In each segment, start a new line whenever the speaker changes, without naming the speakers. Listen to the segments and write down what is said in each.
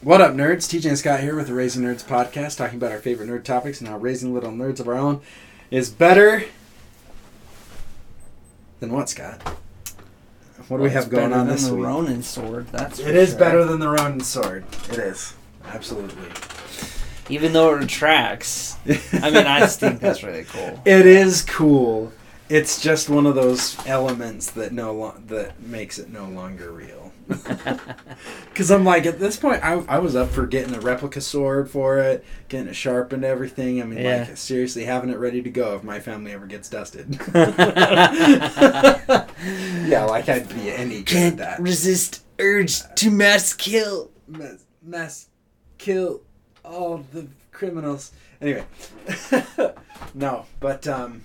What up, nerds? TJ and Scott here with the Raising Nerds podcast, talking about our favorite nerd topics and how raising little nerds of our own is better than what, Scott? What do we have going on this
the
week?
Ronin sword. That's
It is better than the Ronin sword. It is absolutely.
even though it retracts. I mean, I just think that's really cool.
It is cool. It's just one of those elements that no lo- that makes it no longer real. Because I'm like at this point, I, I was up for getting a replica sword for it, getting it sharpened, everything. I mean,
Yeah.
like seriously, having it ready to go if my family ever gets dusted. yeah, like I'd be any good at
Can't
that.
resist urge to mass kill.
Mass, mass kill all the criminals. Anyway, no, but um,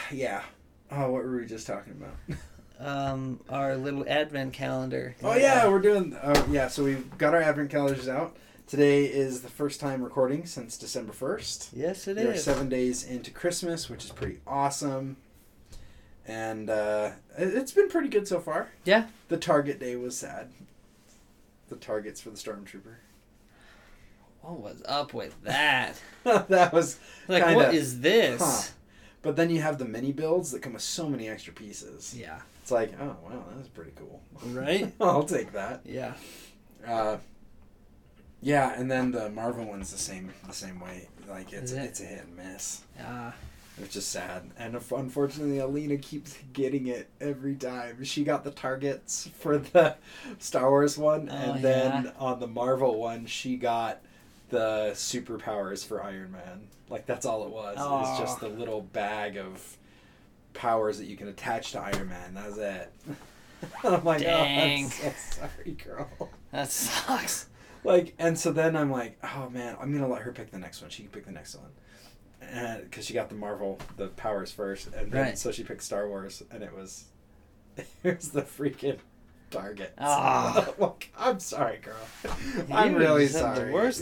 yeah. Oh, what were we just talking about?
Um, our little advent calendar.
Oh yeah, we're doing. Uh, yeah, so we've got our advent calendars out. Today is the first time recording since December first.
Yes, it
We are
is.
seven days into Christmas, which is pretty awesome. And uh, it- it's been pretty good so far.
Yeah.
The target day was sad. The targets for the stormtrooper.
What was up with that?
that was
Like,
Kinda.
what is this?
Huh. but then you have the mini builds that come with so many extra pieces
Yeah.
it's like oh wow that was pretty cool
Right?
i'll take that
Yeah.
uh yeah and then the marvel one's the same the same way like it's
Is it?
it's a hit and miss
Uh,
it's just sad and if, unfortunately alina keeps getting it every time she got the targets for the star wars one,
Oh,
and then on the marvel one she got the superpowers for iron man like that's all it was it's just the
Aw.
little bag of powers that you can attach to iron man that was it i'm like
Dang.
oh i'm so sorry girl
that sucks.
like and so then i'm like oh man i'm gonna let her pick the next one she can pick the next one because she got the marvel the powers first and then,
Right.
so she picked star wars and it was here's the freaking target
Ah.
Like, i'm sorry girl
You
i'm really
just had the
sorry
worst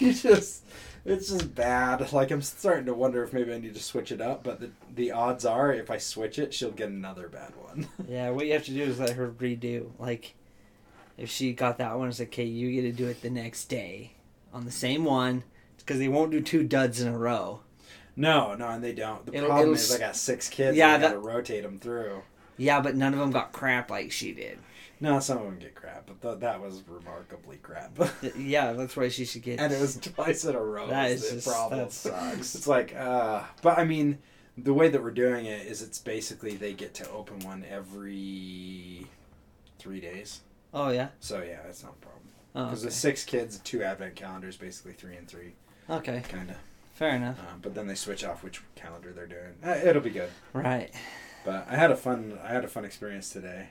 you just it's just bad like i'm starting to wonder if maybe i need to switch it up but the, the odds are if i switch it she'll get another bad one
Yeah, what you have to do is let her redo. Like, if she got that one, it's like, okay, you get to do it the next day on the same one, because they won't do two duds in a row.
no no and they don't the
It'll-
problem
it'll
is
s-
i got six kids yeah
Yeah,
and i gotta rotate them through
Yeah, but none of them got crap like she did.
No, some of them get crap, but th- that was remarkably crap.
Th- Yeah, that's why she should get.
and it was twice in a row.
That
was
is
the
just-
problem.
that sucks.
It's like, uh, but I mean, the way that we're doing it is it's basically they get to open one every three days.
Oh yeah.
So yeah, that's not a problem.
Oh,
Because
okay.
with six kids, two advent calendars, basically three and three,
Okay,
kind of.
fair enough.
Um, but then they switch off which calendar they're doing. Uh, it'll be good.
Right.
But I had a fun I had a fun experience today.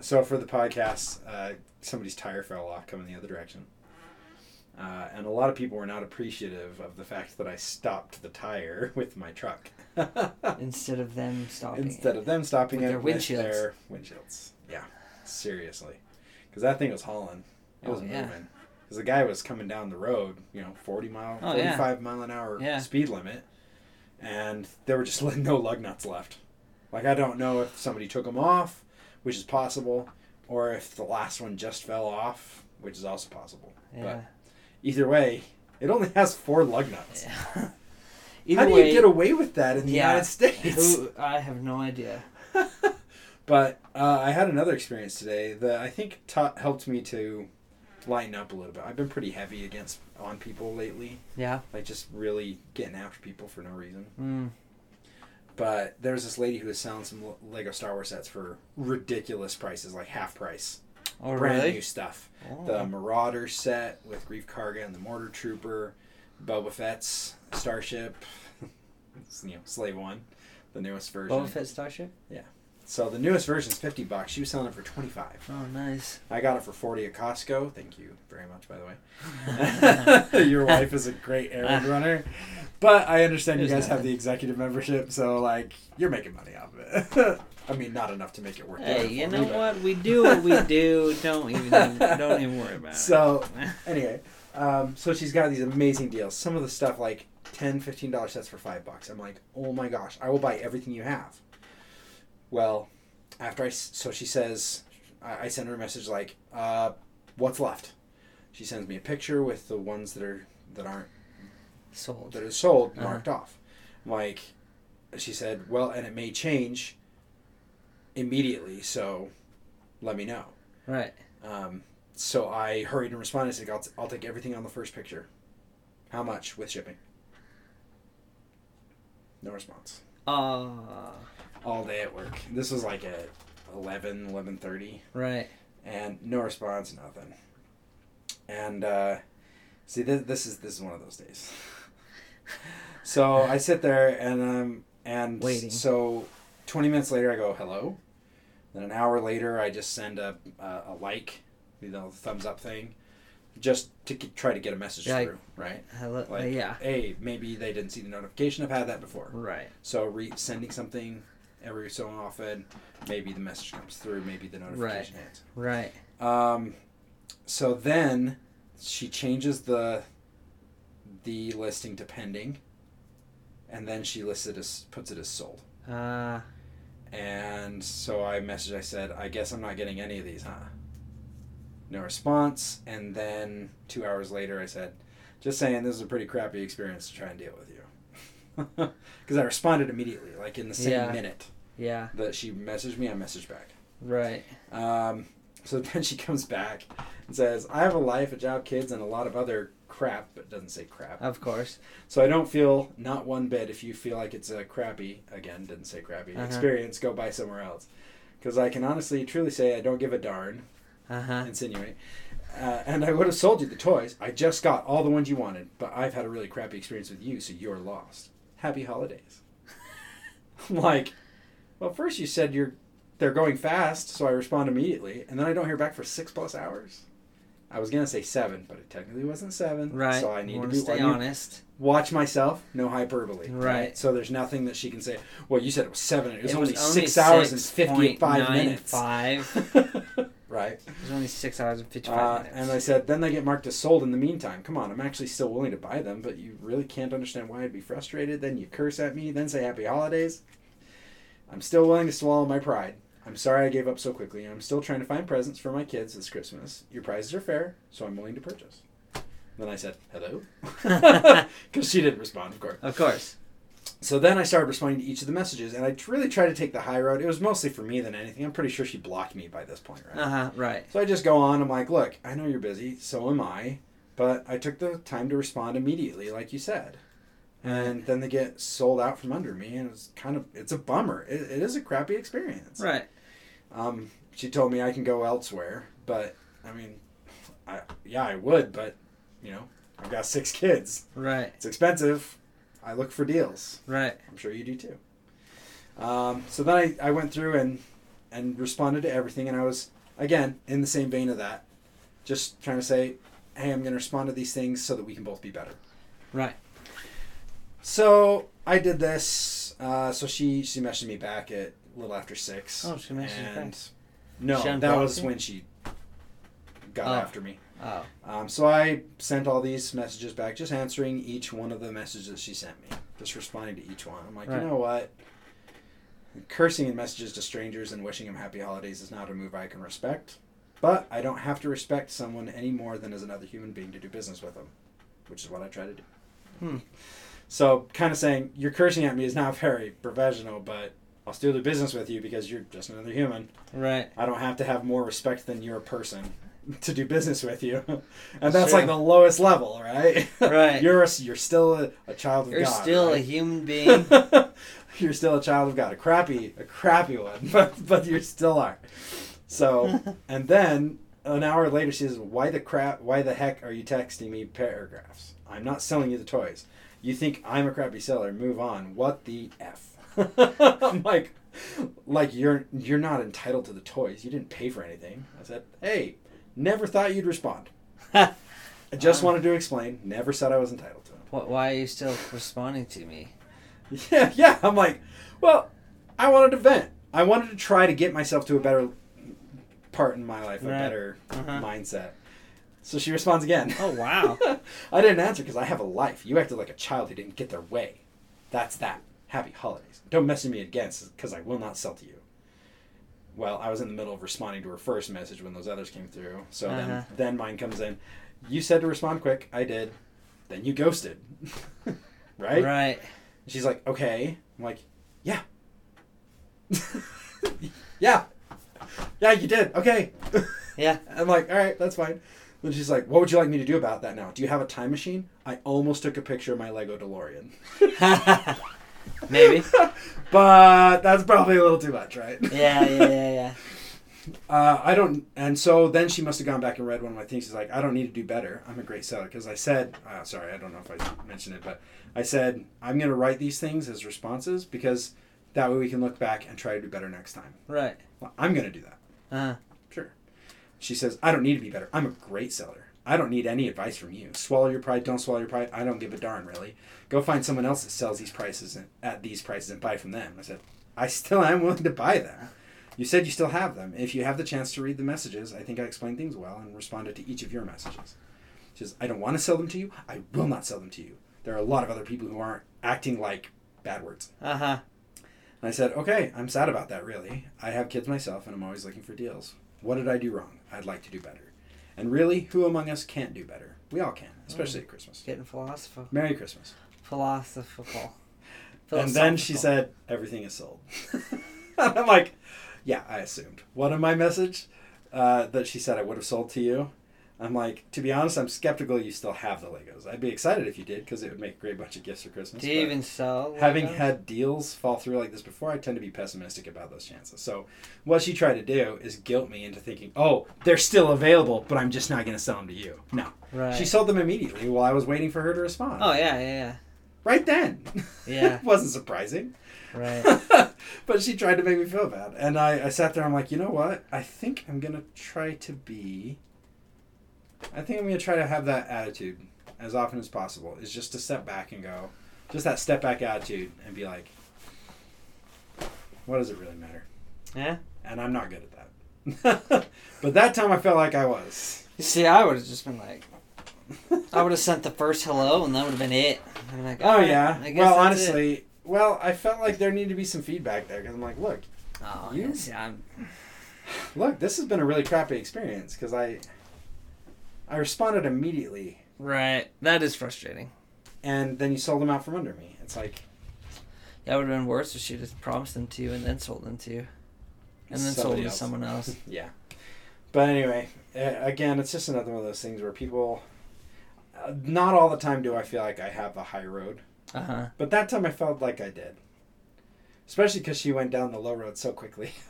So for the podcast, uh, somebody's tire fell off coming the other direction, uh, and a lot of people were not appreciative of the fact that I stopped the tire with my truck
Instead of them stopping.
instead of them stopping
With
it
their
with
windshields.
their windshields. Yeah, seriously, because that thing was hauling. It
Oh,
was
yeah.
moving. Because the guy was coming down the road, you know, forty mile,
Oh,
forty
yeah.
five mile an hour
Yeah.
speed limit, and there were just no lug nuts left. Like I don't know if somebody took them off, which is possible, or if the last one just fell off, which is also possible.
Yeah.
Either way, it only has four lug nuts.
Either
How do
way,
you get away with that in the
Yeah.
United States?
who, I have no idea.
But uh, I had another experience today that I think ta helped me to lighten up a little bit. I've been pretty heavy against on people lately,
Yeah.
like just really getting after people for no reason.
Mm.
But there was this lady who was selling some Le- Lego Star Wars sets for ridiculous prices, like half price,
Oh
brand
really?
new stuff.
Oh.
The Marauder set with Grief Karga and the Mortar Trooper, Boba Fett's starship, you know, Slave One, the newest version.
Boba Fett starship.
So the newest version's fifty bucks. She was selling it for twenty five.
Oh nice.
I got it for 40 at Costco. Thank you very much, by the way. Your wife is a great errand runner. But I understand you
Ah. There's
guys have
nothing.
the executive membership, so, like, you're making money off of it. I mean, not enough to make it worth
Hey,
it
you
for
know
me, but-
what? We do what we do. Don't even don't even worry about it.
So, anyway, um, so she's got these amazing deals. Some of the stuff, like, 10 $15 sets for 5 bucks. I'm like, oh my gosh, I will buy everything you have. Well, after I. s- So she says, I, I send her a message like, uh, what's left. She sends me a picture with the ones that are that aren't
sold.
that are sold
Uh-huh.
marked off. I'm like she said, well, and it may change immediately, so let me know.
Right.
Um, so I hurried and responded. I said, I'll, I'll take everything on the first picture. How much with shipping? No response.
Ah.
All day at work. This was like at 11, 11.30.
right.
And no response, nothing. And uh, see, this, this is this is one of those days. so I sit there and um and
Waiting.
So twenty minutes later, I go hello. Then an hour later, I just send a a, a like, you know, thumbs up thing, just to get, try to get a message
Yeah, I-
through, right?
Hello. uh,
Like-
yeah.
Hey, maybe they didn't see the notification. I've had that before.
Right.
So re- sending something every so often, maybe the message comes through, maybe the notification hits.
Right.
Um, so then she changes the the listing to pending, and then she lists it as puts it as sold.
Uh.
And so I messaged. I said, I guess I'm not getting any of these, huh? No response. And then two hours later, I said, just saying, this is a pretty crappy experience to try and deal with you. Because I responded immediately, like in the same
Yeah.
minute
Yeah.
that she messaged me, I messaged back.
Right.
Um, so then she comes back and says, I have a life, a job, kids, and a lot of other crap, but it doesn't say crap.
Of course.
So I don't feel not one bit if you feel like it's a crappy, again, didn't say crappy,
Uh-huh.
experience, go buy somewhere else. Because I can honestly, truly say I don't give a darn,
Uh huh.
insinuate. Uh, and I would have sold you the toys. I just got all the ones you wanted, but I've had a really crappy experience with you, so you're lost. Happy holidays. I'm like, well, first you said you're they're going fast, so I respond immediately, and then I don't hear back for six plus hours. I was gonna say seven, but it technically wasn't seven.
Right.
So I need to
You wanna
be I
stay
need-
honest.
watch myself. No hyperbole.
Right.
So there's nothing that she can say. Well, you said it was seven. It was,
It
only,
was
six hours and
6.95
fifty-five minutes. right.
It was only six hours and fifty-five
Uh,
minutes.
and I said, then they get marked as sold in the meantime. Come on, I'm actually still willing to buy them, but you really can't understand why I'd be frustrated. Then you curse at me, then say happy holidays. I'm still willing to swallow my pride. I'm sorry I gave up so quickly. I'm still trying to find presents for my kids this Christmas. Your prizes are fair, so I'm willing to purchase. Then I said, hello? Because she didn't respond, of course.
of course.
So then I started responding to each of the messages, and I tr- really tried to take the high road. It was mostly for me than anything. I'm pretty sure she blocked me by this point, right?
Uh huh. Right.
So I just go on. I'm like, look, I know you're busy. So am I. But I took the time to respond immediately, like you said. And then they get sold out from under me, and it's kind of it's a bummer. It, it is a crappy experience.
Right.
Um, she told me I can go elsewhere, but I mean, I yeah I would, but you know I've got six kids.
Right.
It's expensive. I look for deals.
Right.
I'm sure you do too. Um, so then I, I went through and and responded to everything, and I was again in the same vein of that, just trying to say, hey, I'm going to respond to these things so that we can both be better.
Right.
So I did this. Uh, so she she messaged me back at a little after six.
Oh, she messaged you
and
back.
No,
She
that
unblocked
was
you?
when she got
Oh.
after me.
Oh.
Um, so I sent all these messages back, just answering each one of the messages that she sent me, just responding to each one. I'm like,
Right.
you know what? Cursing in messages to strangers and wishing them happy holidays is not a move I can respect, but I don't have to respect someone any more than as another human being to do business with them, which is what I try to do.
Hmm.
So, kind of saying, you're cursing at me is not very professional, but I'll still do business with you because you're just another human.
Right.
I don't have to have more respect than you're a person to do business with you, and that's
That's
like
true.
the lowest level, right?
Right.
you're a, you're still a, a child of
You're
God.
still a
right?
human being.
you're still a child of God. A crappy, a crappy one, but but you still are. So, and then an hour later, she says, "Why the crap? Why the heck are you texting me paragraphs? I'm not selling you the toys. You think I'm a crappy seller? Move on. What the f? I'm like, like you're you're not entitled to the toys. You didn't pay for anything. I said, hey, never thought you'd respond. I just
Ah.
wanted to explain. Never said I was entitled to them.
What, why are you still responding to me?
Yeah, yeah. I'm like, well, I wanted to vent. I wanted to try to get myself to a better part in my life, a
Right.
better
Uh-huh.
mindset. So she responds again.
Oh, wow.
I didn't answer because I have a life. You acted like a child who didn't get their way. That's that. Happy holidays. Don't mess with me again because I will not sell to you. well, I was in the middle of responding to her first message when those others came through. So
Uh-huh.
then, then mine comes in. You said to respond quick. I did. Then you ghosted. right?
Right.
She's like, okay. I'm like, yeah. yeah. Yeah, you did. Okay.
Yeah.
I'm like, all right, that's fine. Then she's like, what would you like me to do about that now? Do you have a time machine? I almost took a picture of my Lego DeLorean.
Maybe.
but that's probably a little too much, right?
Yeah, yeah, yeah, yeah.
Uh, I don't, and so then she must have gone back and read one of my things. She's like, I don't need to do better. I'm a great seller because I said, uh, sorry, I don't know if I mentioned it, but I said I'm going to write these things as responses because that way we can look back and try to do better next time.
Right.
Well, I'm going to do that.
Uh,
Sure. She says, I don't need to be better. I'm a great seller. I don't need any advice from you. Swallow your pride. Don't swallow your pride. I don't give a darn, really. Go find someone else that sells these prices and, at these prices and buy from them. I said, I still am willing to buy them. You said you still have them. If you have the chance to read the messages, I think I explained things well and responded to each of your messages. She says, I don't want to sell them to you. I will not sell them to you. There are a lot of other people who aren't acting like bad words.
uh huh.
And I said, okay, I'm sad about that, really. I have kids myself, and I'm always looking for deals. What did I do wrong? I'd like to do better. And really, who among us can't do better? We all can, especially at Christmas.
Getting philosophical.
Merry Christmas.
Philosophical.
And then she
Philosophical.
said, everything is sold. I'm like, yeah, I assumed. One of my message uh, that she said I would have sold to you. I'm like, to be honest, I'm skeptical you still have the Legos. I'd be excited if you did because it would make a great bunch of gifts for Christmas.
Do you
but-
even sell?
having
Legos?
had deals fall through like this before, I tend to be pessimistic about those chances. So, what she tried to do is guilt me into thinking, "Oh, they're still available, but I'm just not going to sell them to you." No,
Right.
she sold them immediately while I was waiting for her to respond.
oh, yeah, yeah,
right then.
Yeah.
it wasn't surprising,
yeah. Right.
but she tried to make me feel bad, and I, I sat there. I'm like, you know what? I think I'm gonna try to be. I think I'm gonna try to have that attitude as often as possible. Is just to step back and go, just that step back attitude, and be like, what does it really matter?
Yeah.
And I'm not good at that. but that time I felt like I was.
You see, I would have just been like, I would have sent the first hello, and that would have been it. I'm like,
Oh
alright,
yeah.
I guess
Well,
that's it.
honestly, well, I felt like there needed to be some feedback there because I'm like, look,
Oh,
You-
yeah, see, I'm,
look, this has been a really crappy experience because I, I responded immediately,
right. That is frustrating.
and then you sold them out from under me. It's like
That would have been worse if she just promised them to you and then sold them to you. And then sold
Somebody
them to
else.
someone else.
yeah. But anyway, a- again, it's just another one of those things where people, uh, not all the time do I feel like I have the high road,
Uh huh.
but that time I felt like I did, especially because she went down the low road so quickly.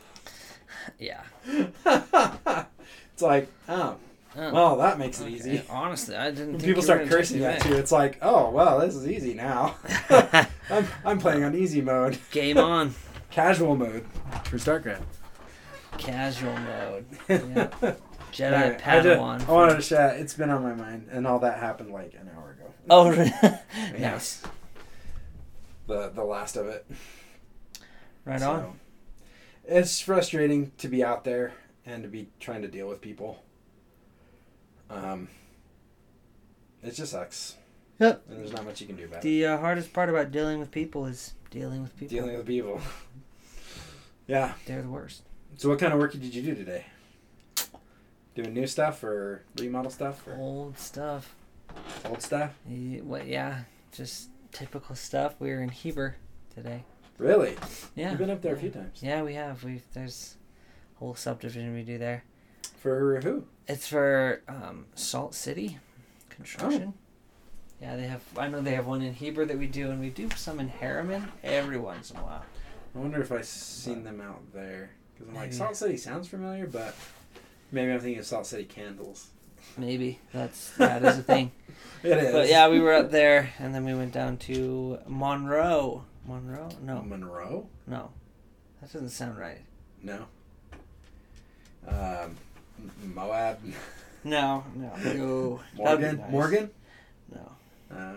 Yeah.
it's like, oh,
Oh,
well, that makes it
okay.
easy.
Honestly, I didn't.
When
think
people
you were
start
gonna take
cursing
me
at
back.
you, it's like, oh well, this is easy now. I'm, I'm playing on easy mode,
Game on.
casual mode for StarCraft.
Casual mode. Yeah. Jedi
Anyway, I, just,
Padawan.
I wanted to shout. It's been on my mind, and all that happened like an hour ago.
oh, re- nice.
the the last of it.
Right
So,
on.
It's frustrating to be out there and to be trying to deal with people. Um, it just sucks.
Yep.
And there's not much you can do about it.
The uh, hardest part about dealing with people is dealing with people.
Dealing with people. yeah.
They're the worst.
So what kind of work did you do today? Doing new stuff or remodel stuff or
Old stuff.
old stuff?
Yeah, What? Yeah, just typical stuff. We were in Heber today.
Really?
Yeah.
You've been up there a few times.
Yeah, we have. We there's a whole subdivision we do there.
For who?
It's for um, Salt City
Oh.
construction. Yeah, they have. I know they have one in Heber that we do, and we do some in Harriman every once in a while.
I wonder if I've seen them out there. Because I'm like,
Maybe.
Salt City sounds familiar, but maybe I'm thinking of Salt City candles.
Maybe that's that is a thing.
It is.
But yeah, we were up there, and then we went down to Monroe. Monroe? No,
Oh, Monroe?
no, that doesn't sound right.
No. Um, M- Moab?
No, no, no. That'd be
Morgan?
nice.
Morgan?
No.
Uh,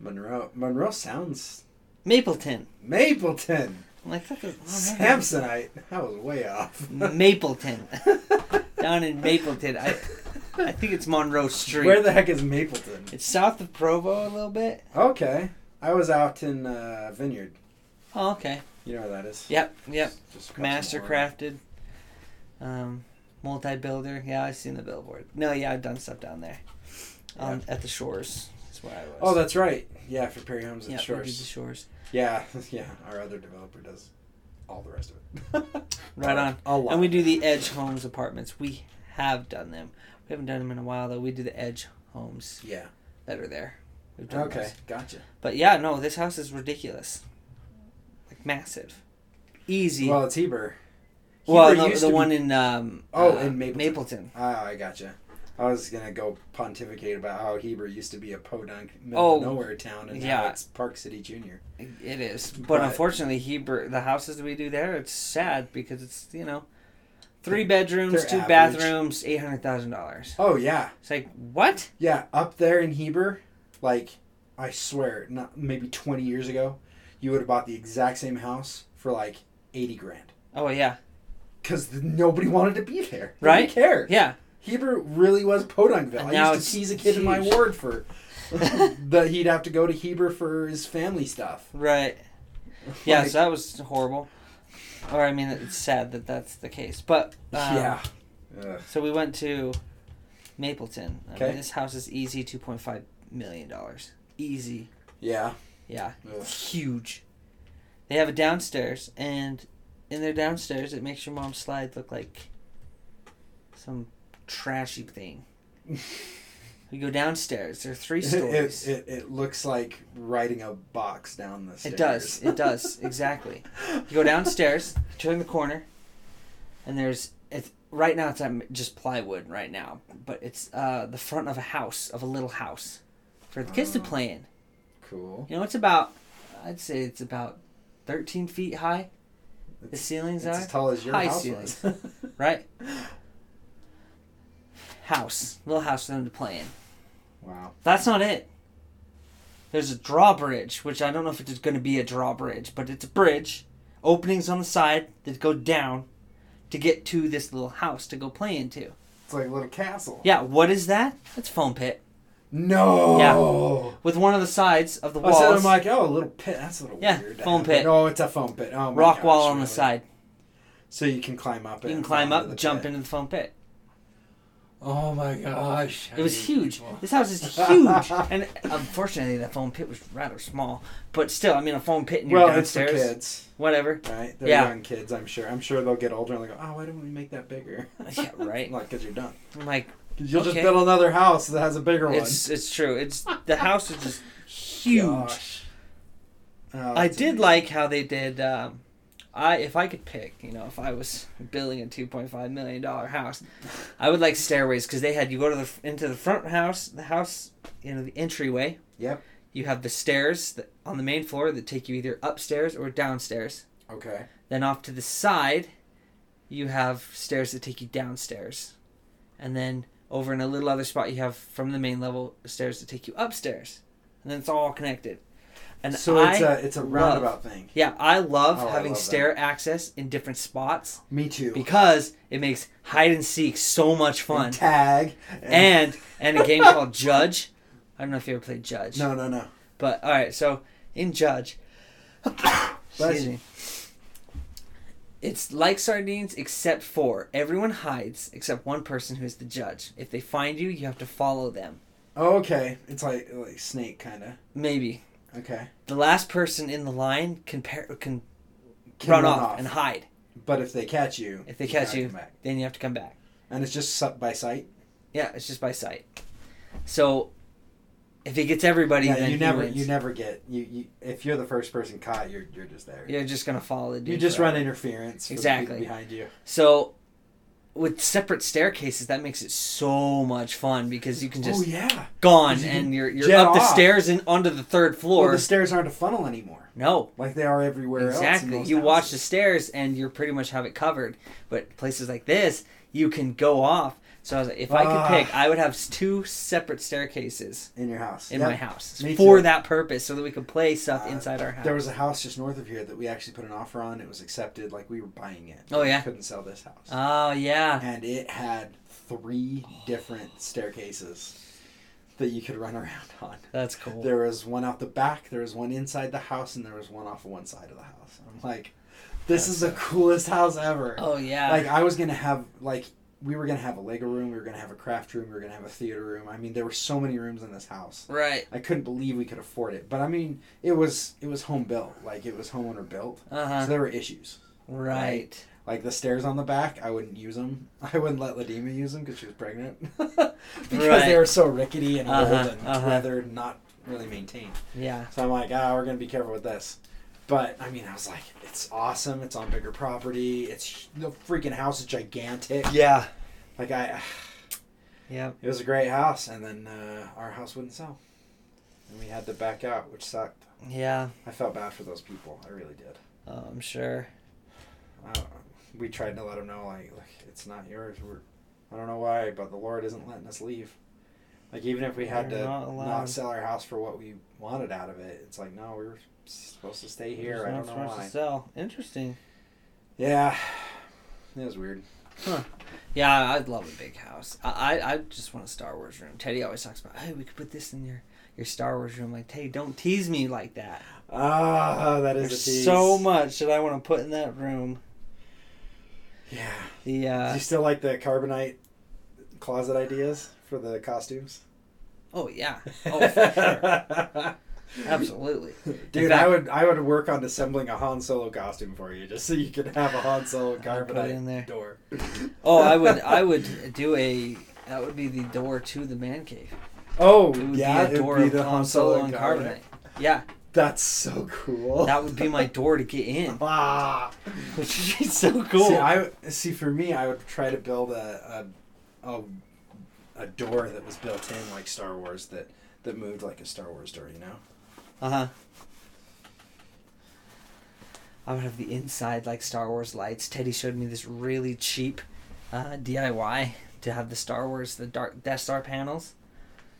Monroe. Monroe sounds.
Mapleton.
Mapleton!
I'm like that doesn't- oh, man.
Samsonite? That was way off.
Mapleton. Down in Mapleton. I I think it's Monroe Street.
Where the heck is Mapleton?
it's south of Provo a little bit.
Okay. I was out in uh, Vineyard.
Oh, okay.
You know where that is?
Yep, yep.
Just- just across from Warren.
Mastercrafted, um, multi builder. Yeah, I've seen the billboard. No, yeah, I've done stuff down there, um, at the shores. That's where I was.
Oh, that's right. Yeah, for Perry Homes at
yeah,
the
we did the
Shores.
shores.
Yeah, yeah. Our other developer does all the rest of it.
Right on.
A lot.
And we do the Edge Homes apartments. We have done them. We haven't done them in a while though. We do the Edge Homes
Yeah.
that are there. We've done
Okay.
those.
Gotcha.
But yeah, no, this house is ridiculous. Like massive, easy. Well,
Well, it's Heber.
no,
used
the
to be-
one in um.
Oh,
uh,
in Mapleton.
Mapleton.
Ah, I gotcha. I was gonna go pontificate about how Heber used to be a podunk middle
Oh,
of nowhere town, and now
yeah.
it's Park City Junior.
It is, but,
But-
unfortunately, Heber the houses that we do there, it's sad because it's you know, three bedrooms, two
They're average.
bathrooms, eight hundred thousand dollars.
Oh yeah,
It's like what?
yeah. Up there in Heber, like I swear, not maybe twenty years ago, you would have bought the exact same house for like eighty grand
Oh yeah,
because nobody wanted to be there. Nobody
Right?
cared.
yeah.
Heber really was Podunkville.
And
I
now
used
it's
to tease a kid in my
huge.
ward for that he'd have to go to Heber for his family stuff.
Right. Yeah,
Like,
so um, that was horrible. Or I mean, it's sad that that's the case. But um,
yeah. Ugh.
So we went to Mapleton. I
Okay.
mean, this house is easy two point five million dollars. Easy.
Yeah.
Yeah.
Ugh.
It's huge. They have a downstairs, and in their downstairs, it makes your mom's slide look like some trashy thing. we go downstairs. There are three
It, it,
stories. It,
it, it looks like riding a box down the stairs.
does. It does exactly. You go downstairs, turn the corner, and there's it's right now it's um, just plywood right now, but it's uh, the front of a house of a little house for the kids to
Oh.
play in.
Cool.
You know, it's about I'd say it's about thirteen feet high. The
It's,
ceilings
it's
are
as tall as your
high
house
ceilings.
was.
right. House, little house for them to play in.
wow.
That's not it. There's a drawbridge, which I don't know if it's going to be a drawbridge, but it's a bridge. Openings on the side that go down to get to this little house to go play into.
It's like a little castle.
Yeah, what is that? That's foam pit.
No.
Yeah. With one of the sides of the
I said, I'm
walls,
like, oh, a little pit. That's a little
Yeah,
weird. to
foam
have.
pit.
No, it's a foam pit. Oh, my
rock
gosh,
wall on
really.
the side.
So you can climb up.
You
it
can
and
climb
fall
up,
the
jump
pit.
into the foam pit.
Oh my gosh.
It was huge. This house is huge, and unfortunately, that foam pit was rather small. But still, I mean, a foam pit in your
Well, it's for
downstairs,
kids,
whatever.
right? They're
Yeah.
young kids, I'm sure. I'm sure they'll get older and they'll go, oh, why don't we make that bigger?
Yeah, right.
Like, because you're done.
I'm like,
'Cause you'll
Okay.
just build another house that has a bigger
It's it's true. It's the house is just huge.
one. Gosh. Oh,
I
that's
did
amazing.
like how they did. Um, I if I could pick, you know, if I was building a two point five million dollar house, I would like stairways because they had you go to the into the front house, the house, you know, the entryway.
Yep.
You have the stairs that, on the main floor that take you either upstairs or downstairs.
Okay.
Then off to the side, you have stairs that take you downstairs, and then over in a little other spot, you have from the main level stairs that take you upstairs, and then it's all connected. And
so
I,
it's a it's a roundabout thing.
yeah, I love
Oh, I
having
love that.
stair access in different spots
Me too.
because it makes hide and seek so much fun.
And tag
And and a game called Judge. I don't know if you ever played Judge.
no no no.
But all right, so in Judge, excuse
you.
me. It's like sardines, except for everyone hides except one person who is the judge. If they find you, you have to follow them.
Oh, okay. It's like like snake kind of.
Maybe
Okay.
the last person in the line can par- can,
Can
run, off, and hide.
but if they catch you,
If they
gotta
catch you.
come back.
Then you have to come back.
and it's just su- by sight.
Yeah, it's just by sight. So if he gets everybody,
Yeah,
then
you
he
never
wins.
you never get you, you if you're the first person caught, you're you're just there.
You're just gonna follow the dude.
You just
forever.
run interference for the
Exactly.
people behind you.
So with separate staircases, that makes it so much fun because you can just
oh yeah.
gone
You can
and you're you're
jet
up the
off.
stairs and onto the third floor.
Well, the stairs aren't a funnel anymore,
no,
like they are everywhere else. in
exactly.
most
You watch the
houses.
stairs and you pretty much have it covered. But places like this, you can go off. So I was like, if I could
Ah.
pick, I would have s- two separate staircases
in your house.
in
Yep.
my house
me
for
too.
that purpose, so that we could play stuff
Uh,
inside our house.
There was a house just north of here that we actually put an offer on. It was accepted. Like we were buying it.
Oh, yeah?
We couldn't sell this house.
oh yeah,
and it had three different staircases that you could run around on.
that's cool.
There was one out the back. There was one inside the house, and there was one off of one side of the house. I'm like, this is the coolest house ever.
Oh yeah.
Like I was gonna have like we were gonna have a Lego room, we were gonna have a craft room, we were gonna have a theater room. I mean, there were so many rooms in this house.
right.
I couldn't believe we could afford it. But I mean, it was it was home built, like it was homeowner built.
Uh
So
huh.
there were issues.
Right.
Like the stairs on the back, I wouldn't use them. I wouldn't let Ladima use them because she was pregnant. because
Right.
they were so rickety and old
Uh-huh,
and
uh-huh.
weathered, not really maintained.
Yeah.
So I'm like, ah, we're gonna be careful with this. But I mean, I was like, it's awesome. It's on bigger property. It's the freaking house is gigantic.
Yeah.
Like I,
Yep.
it was a great house, and then uh, our house wouldn't sell, and we had to back out, which sucked.
Yeah.
I felt bad for those people. I really did.
Oh, I'm sure.
Uh, we tried to let them know, like, look, it's not yours. We're, I don't know why, but the Lord isn't letting us leave. Like even if we had
We're
to
not
not,
allowed.
sell our house for what we wanted out of it, it's like no, we were supposed to stay here.
There's
I
not
don't know
much
why.
To sell. Interesting.
Yeah, it was weird.
Yeah, I'd love a big house. I I, I just want a Star Wars room. Teddy always talks about, hey, we could put this in your your Star Wars room. Like, Teddy, don't tease me like that.
Ah, that is
There's
a tease.
so much that I want to put in that room.
Yeah.
The
Do
uh,
you still like the carbonite closet ideas for the costumes?
oh yeah, oh for sure, absolutely.
Dude,
fact-
I would I would work on assembling a Han Solo costume for you, just so you could have a Han Solo
I'll put it
carbonite
in there.
door.
Oh, I would I would do a that would be the door to the man cave.
Oh,
It would
yeah,
be a
it
door
would be
of
the Han Solo and carbonite.
Yeah,
That's so cool.
that would be my door to get in,
ah.
which would be so cool.
See, I see. For me, I would try to build a a, a a door that was built in like Star Wars that that moved like a Star Wars door. You know?
Uh huh. I would have the inside like Star Wars lights. Teddy showed me this really cheap uh, DIY to have the Star Wars, the dark Death Star panels.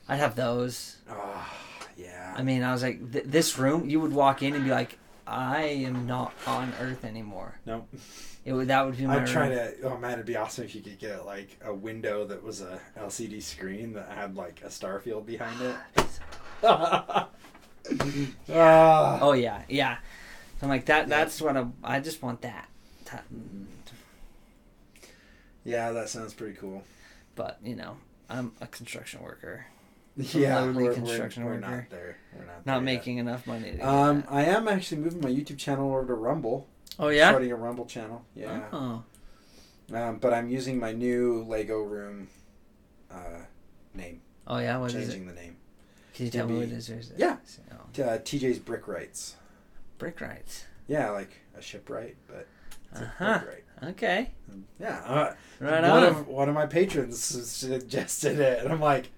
I'd have those.
Ah, yeah.
I mean, I was like, th- this room, you would walk in and be like, I am not on Earth anymore.
no,
It would that would be my
I'm trying
room.
to. Oh man, it'd be awesome if you could get like a window that was a LCD screen that had like a star field behind it. Ah.
Oh yeah, yeah. So I'm like that. That's what I. I just want that. Ta-
yeah, that sounds pretty cool.
But you know, I'm a construction worker,
Yeah,
lowly
we're, we're,
construction
we're
worker.
not there. We're not.
not
there yet.
making enough money. To do
Um,
that.
I am actually moving my YouTube channel over to Rumble.
Oh yeah.
Starting a Rumble channel. Yeah.
Oh.
Um, but I'm using my new Lego room uh, name.
Oh yeah, what is it?
changing the name.
Can you tell me
It'd
what it
be-
is? Or is it
Yeah.
is it- oh.
Uh, TJ's Brick Rights.
Brick rights.
Yeah, like a shipwright, but it's
Uh-huh.
a brick right.
Okay.
Yeah. Uh,
Right
one
on.
of one of my patrons suggested it, and I'm like,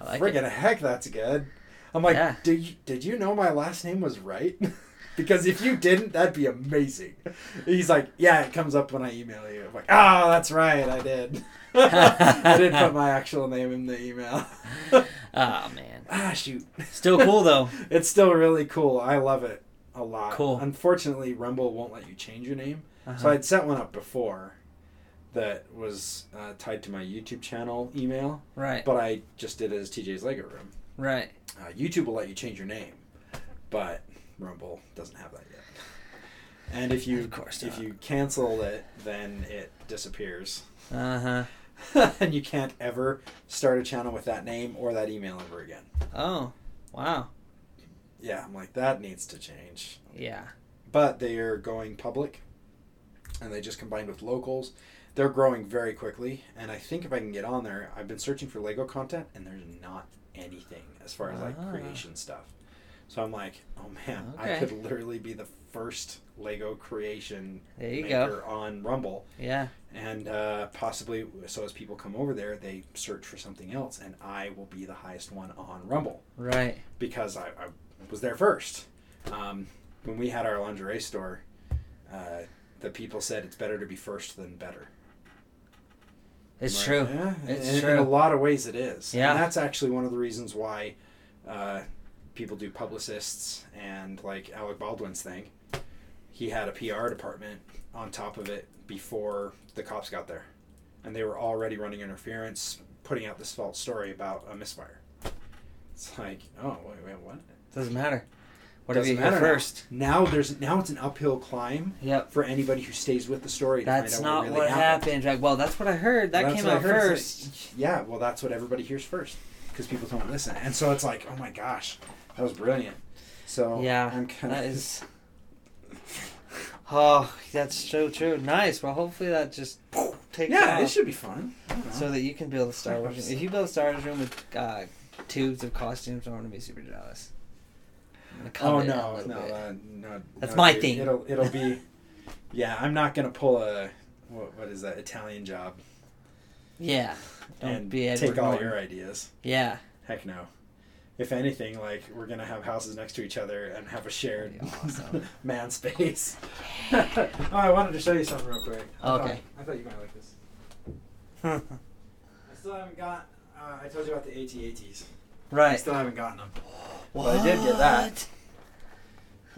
I like
friggin'
it.
heck, that's good. I'm like,
Yeah.
did you, did you know my last name was right? because if you didn't, that'd be amazing. He's like, yeah, it comes up when I email you. I'm like, ah, that's right, I did. I did put my actual name in the email.
Oh man.
ah, shoot.
Still cool though.
It's still really cool. I love it a lot.
Cool.
Unfortunately, Rumble won't let you change your name. So
Uh-huh.
I'd set one up before that was uh, tied to my YouTube channel email,
right.
but I just did it as TJ's Lego Room.
Right.
Uh, YouTube will let you change your name, but Rumble doesn't have that yet. And if you
Of course
if
not.
you cancel it, then it disappears,
Uh huh.
and you can't ever start a channel with that name or that email ever again.
Oh. Wow.
Yeah, I'm like that needs to change.
Yeah.
but they are going public and they just combined with locals they're growing very quickly and i think if i can get on there i've been searching for lego content and there's not anything as far as like
Ah.
creation stuff so i'm like oh man i
Okay.
could literally be the first lego creation
There you go.
maker on rumble
Yeah.
and uh, possibly so as people come over there they search for something else and i will be the highest one on rumble
Right.
because I, I was there first. Um, when we had our lingerie store, uh, the people said it's better to be first than better.
It's
Right?
true.
Yeah,
It's
in, In
true.
a lot of ways, it is.
Yeah.
And that's actually one of the reasons why uh, people do publicists and like Alec Baldwin's thing. He had a PR department on top of it before the cops got there, and they were already running interference, putting out this false story about a misfire. It's like, oh wait, wait, what?
Doesn't matter. Whatever
Doesn't
you go
matter now.
first.
Now there's now it's an uphill climb
Yep.
for anybody who stays with the story. To
That's
find out
not
what,
what,
really happened.
happened. Like, well, that's what I heard. That
That's
came
what I
out
heard. It's
first.
like, yeah, well, that's what everybody hears first because people don't listen, and so it's like, oh my gosh, that was brilliant. So
yeah,
I'm kind
that
of
is. Oh, that's so true. Nice. Well, hopefully that just takes
yeah,
off
it should be fun. I don't know.
so that you can build a Star Wars room.
100%.
If you build a Star Wars room with uh, tubes of costumes, I'm gonna be super jealous. I'm gonna
oh
covet it a
no,
little
no,
bit.
uh, no,
That's
no,
my
dude.
thing.
It'll it'll be, yeah. I'm not gonna pull a what, what is that Italian job
Yeah. Don't
and
be Edward
take all
Norton.
your ideas.
Yeah.
Heck no. If anything, like we're gonna have houses next to each other and have a shared
That'd be awesome.
man space. oh, I wanted to show you something real quick. I thought-
Okay.
I thought you might like this. I still haven't got. Uh, I told you about the AT-ATs. I
right.
still haven't gotten them.
Well,
I did get that.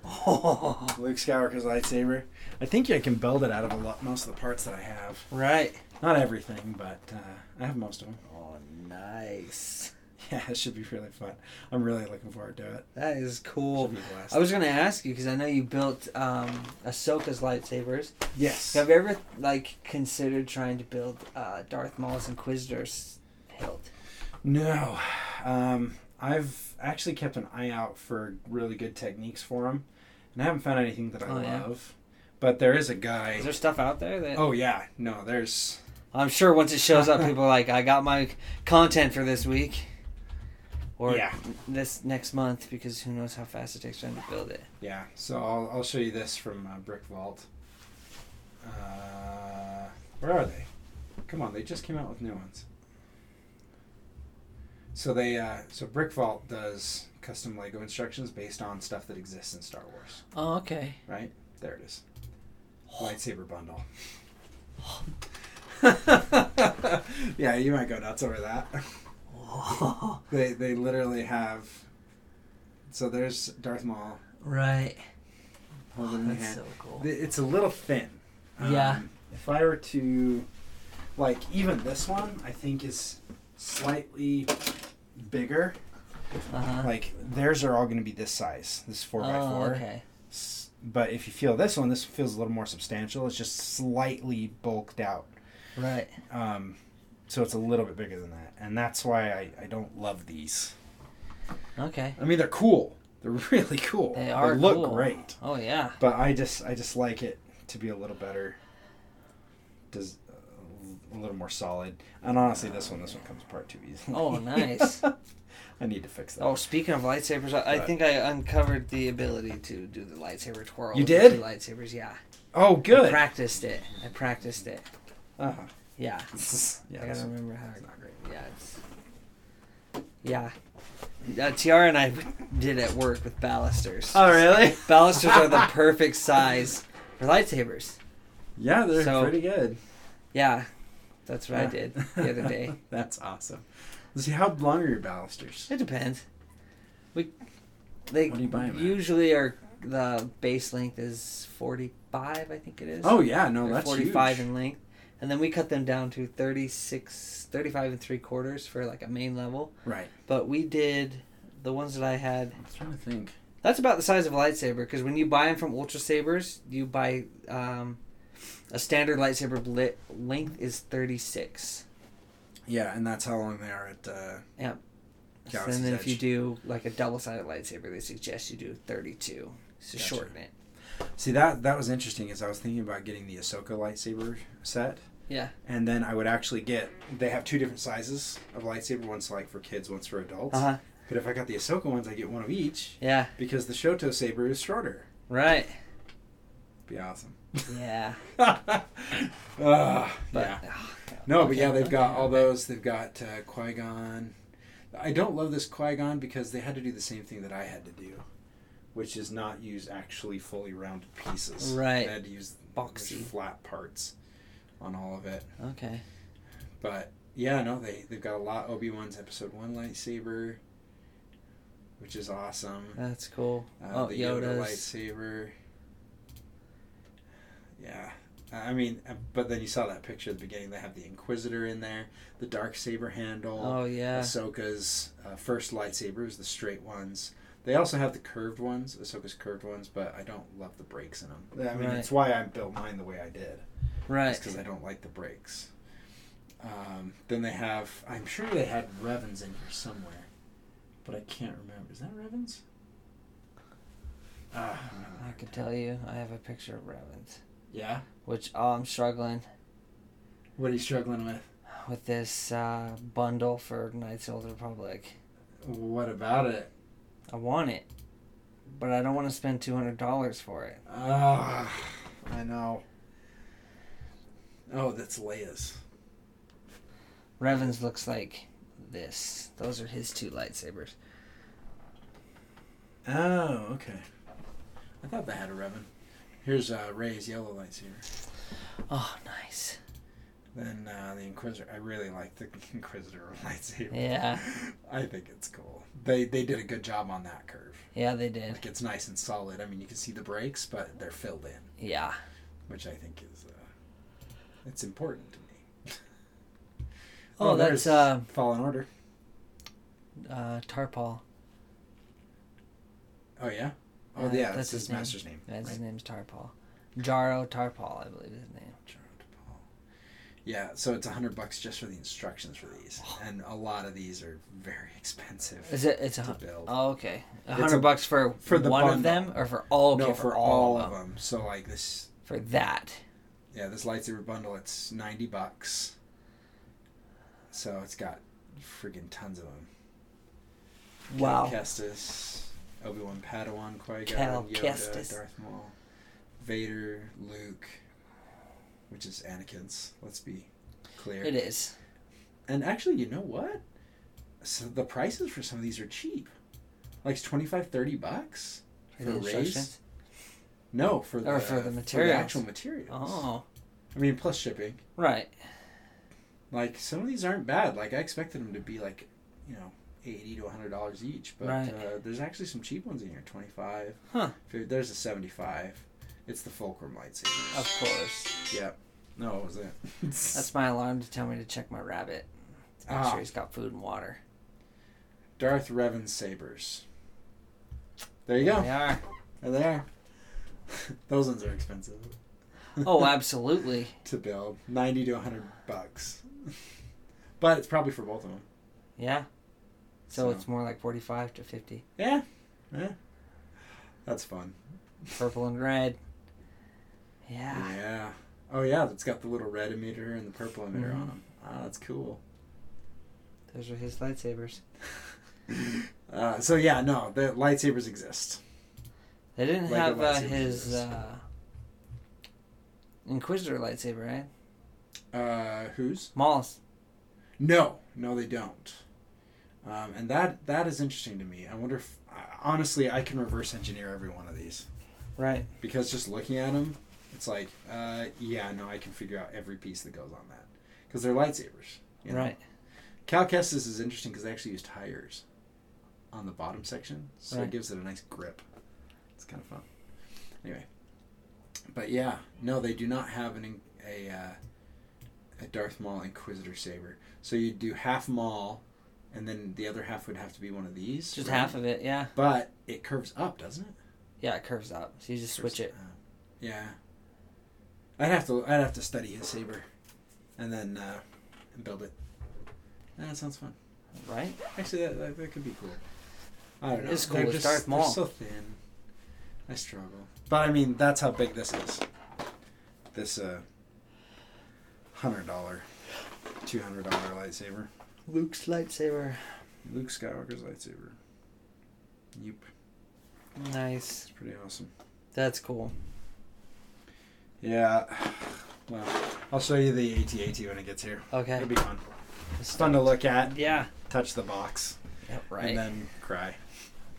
Oh,
Luke Skywalker's lightsaber. I think I can build it out of a lot, most of the parts that I have.
right.
Not everything, but uh, I have most of them.
Oh, nice.
Yeah, it should be really fun. I'm really looking forward to it.
That is cool.
Should be a blast.
I was gonna ask you because I know you built um, Ahsoka's lightsabers.
yes.
Have you ever like considered trying to build uh, Darth Maul's Inquisitor's hilt?
No, um, I've actually kept an eye out for really good techniques for them, and I haven't found anything that I
Oh, yeah?
love. But there is a guy.
Is there stuff out there that
Oh yeah, no, there's
I'm sure once it shows up, people are like, I got my content for this week, or
Yeah.
this next month because who knows how fast it takes time to build it.
Yeah, so I'll, I'll show you this from uh, Brick Vault. Uh, where are they? Come on, they just came out with new ones. So they uh, so Brick Vault does custom Lego instructions based on stuff that exists in Star Wars.
Oh, okay.
There it is, lightsaber bundle. yeah, you might go nuts over that. They they literally have. So there's Darth Maul
right.
holding the hand.
cool.
Th- It's a little thin.
Oh,
Um,
Yeah.
If I were to, like, even this one, I think is slightly bigger.
Uh-huh.
Like, theirs are all going to be this size, this four by
Oh,
four.
okay.
S- But if you feel this one, this feels a little more substantial. It's just slightly bulked out.
Right.
Um, so it's a little bit bigger than that, and that's why I, I don't love these.
Okay.
I mean, they're cool. They're really cool.
They are
They look
cool.
great.
Oh yeah.
but I just I just like it to be a little better. Does a little more solid. And honestly, this one this one comes apart too easily.
Oh, nice.
I need to fix that.
Oh, speaking of lightsabers, I, I
But-
think I uncovered the ability to do the lightsaber twirl.
You
with
did?
the two lightsabers? Yeah.
oh
I
good.
practiced it. I practiced it.
Uh-huh. Yeah,
Yeah. I
this
gotta
one-
remember how.
it's not great.
Yeah. It's, yeah. Uh, Tiara and I did it work with balusters.
Oh really?
Balusters are the perfect size for lightsabers.
Yeah, they're
So-
pretty good.
Yeah, that's what I
Yeah.
did the other day.
That's awesome. Let's see how long are your balusters?
It depends. We they
What do you buy 'em at?
usually are the base length is forty five, I think it is.
Oh yeah, no,
They're
that's
45
huge.
in length. And then we cut them down to 36, 35 and three quarters for like a main level.
Right.
But we did the ones that I had.
I'm trying to think.
That's about the size of a lightsaber because when you buy them from Ultra Sabers, you buy um, a standard lightsaber lit, length is 36.
Yeah, and that's how long they are at uh Galaxy's
and then if you
Edge.
do like a double sided lightsaber, they suggest you do 32 to
Gotcha.
shorten it.
See that that was interesting as I was thinking about getting the Ahsoka lightsaber set.
Yeah.
And then I would actually get they have two different sizes of lightsaber, one's like for kids, one's for adults.
Uh huh.
But if I got the Ahsoka ones, I get one of each
Yeah.
because the Shoto saber is shorter.
Right.
Be awesome.
Yeah.
Ah,
But oh,
yeah. No, but yeah, they've got all those.
those.
They've got uh, Qui Gon. I don't love this Qui Gon because they had to do the same thing that I had to do, which is not use actually fully rounded pieces.
Right.
They had to use
Boxy.
flat parts on all of it.
Okay.
But yeah, no, they they've got a lot. Obi Wan's Episode One lightsaber, which is awesome.
That's cool.
Uh,
oh,
the Yoda
Yoda's.
lightsaber. Yeah, I mean, uh, but then you saw that picture at the beginning. They have the Inquisitor in there, the dark saber handle.
Oh yeah.
Ahsoka's uh, first lightsaber is the straight ones. They also have the curved ones, Ahsoka's curved ones, but I don't love the brakes in them. I mean,
Right.
it's why I built mine the way I did.
Right.
It's because I don't like the brakes. Um, then they have, I'm sure they had Revens in here somewhere, but I can't remember. Is that Revens? Uh,
I can tell you, I have a picture of Revens,
yeah.
which oh, I'm struggling
What are you struggling with?
with this uh, bundle for Knights of the Old Republic.
What about it?
I want it, but I don't want to spend two hundred dollars for it.
Ah, I know. Oh, that's Leia's.
Revan's looks like this. Those are his two lightsabers.
Oh, okay. I thought they had a Revan. Here's uh, Ray's yellow lightsaber.
Oh, nice.
Then uh, the Inquisitor. I really like the Inquisitor lightsaber.
Yeah,
I think it's cool. They they did a good job on that curve.
yeah, they did.
Like it's nice and solid. I mean, you can see the breaks, but they're filled in,
Yeah,
which I think is uh, it's important to me.
Oh, that's,
there's
uh,
Fallen Order.
uh, Tarpal.
Oh yeah. Oh
Uh,
yeah, that's,
that's
his,
his name.
master's name.
That's
right?
his name's Tarpal. Jaro Tarpal, I believe is his name.
Gerard Paul. Yeah, so it's a hundred bucks just for the instructions for these, and a lot of these are very expensive.
Oh. Is it? It's a.
to
hun-
build.
Oh, okay. A
It's
hundred
a-
bucks for
for the
one
bundle.
of them, or for all? Okay,
no,
for, all, of them.
them. So like this,
For that.
yeah, this lightsaber bundle, it's ninety bucks. So it's got freaking tons of them.
Wow.
Kestis, Obi Wan, Padawan, Qui
Cal
Gon, Yoda,
Kestis.
Darth Maul, Vader, Luke, which is Anakin's. Let's be clear.
It is.
And actually, you know what? So the prices for some of these are cheap. Like 25, 30 bucks?
For
For
the
raise?
instructions.
No, for the,
Or for the materials.
actual materials.
Oh,
I mean, plus shipping.
right.
Like, some of these aren't bad. Like, I expected them to be like, you know, 80 to $100 each. But
Right.
uh, there's actually some cheap ones in here 25.
Huh.
Fi- There's a 75. It's the Fulcrum lightsabers.
Of course.
Yep. No, what was it?
Oh. That's my alarm to tell me to check my rabbit. Make
Ah.
sure he's got food and water.
Darth Revan sabers. There you go.
They are.
There they are. Those ones are expensive.
Oh, absolutely.
to build 90 to 100 bucks but it's probably for both of them
Yeah. So,
So.
it's more like 45 to 50.
yeah yeah that's fun
Purple and red. Yeah.
yeah oh yeah that's got the little red emitter and the purple emitter on 'em. on
Mhm.
them ah that's cool
Those are his lightsabers.
uh, so yeah no the lightsabers exist
They didn't
Regular
have uh,
lightsabers
his
exist.
uh, Inquisitor lightsaber, right?
uh whose
Maul's.
no no they don't um, and that that is interesting to me i wonder if uh, honestly i can reverse engineer every one of these
Right.
because just looking at them, it's like, uh, yeah, no, I can figure out every piece that goes on that because they're lightsabers. you know?
Right.
Cal Kestis is interesting because they actually use tires on the bottom section, so
Right.
it gives it a nice grip. It's kind of fun. Anyway, but yeah, no, they do not have an in- a uh, a Darth Maul Inquisitor saber. So you do half Maul, and then the other half would have to be one of these.
Just
right?
half of it, yeah.
But it curves up, doesn't it?
Yeah, it curves up. So you just switch it.
Uh, yeah. I'd have to I'd have to study his saber, and then uh, and build it. Yeah, that sounds fun.
Right?
Actually, that, that, that could be cool. I don't
It
know.
is cool.
They're
It's Darth
they're
Maul.
so thin. I struggle. But I mean, that's how big this is. This uh, hundred dollar, two hundred dollar lightsaber.
Luke's lightsaber.
Luke Skywalker's lightsaber. Yep,
Nice.
it's pretty awesome.
That's cool.
Yeah. Well, I'll show you the AT-AT when it gets here.
Okay.
It'll be fun. It's fun to look at,
Yeah.
touch the box,
Yep, right.
and then cry.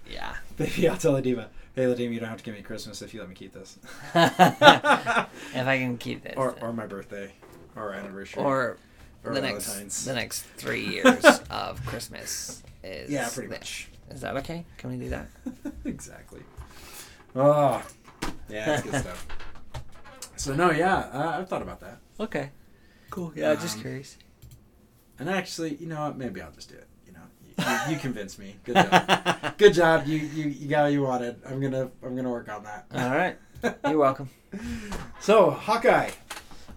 yeah.
Baby, I'll tell the diva, hey, the diva, you don't have to give me Christmas if you let me keep this.
If I can keep this.
or, or my birthday, or anniversary,
Or
or
the next
Valentine's.
the next three years of Christmas is
yeah, pretty
the-
much.
Is that okay? Can we do that?
exactly. Oh, yeah, it's good stuff. So no, yeah, uh, I've thought about that,
Okay. Cool.
yeah, just
curious.
and actually, you know what? Maybe I'll just do it. You know, you, you convinced me. Good job. Good job. You, you you got what you wanted. I'm gonna I'm gonna work on that.
All right. You're welcome.
So Hawkeye,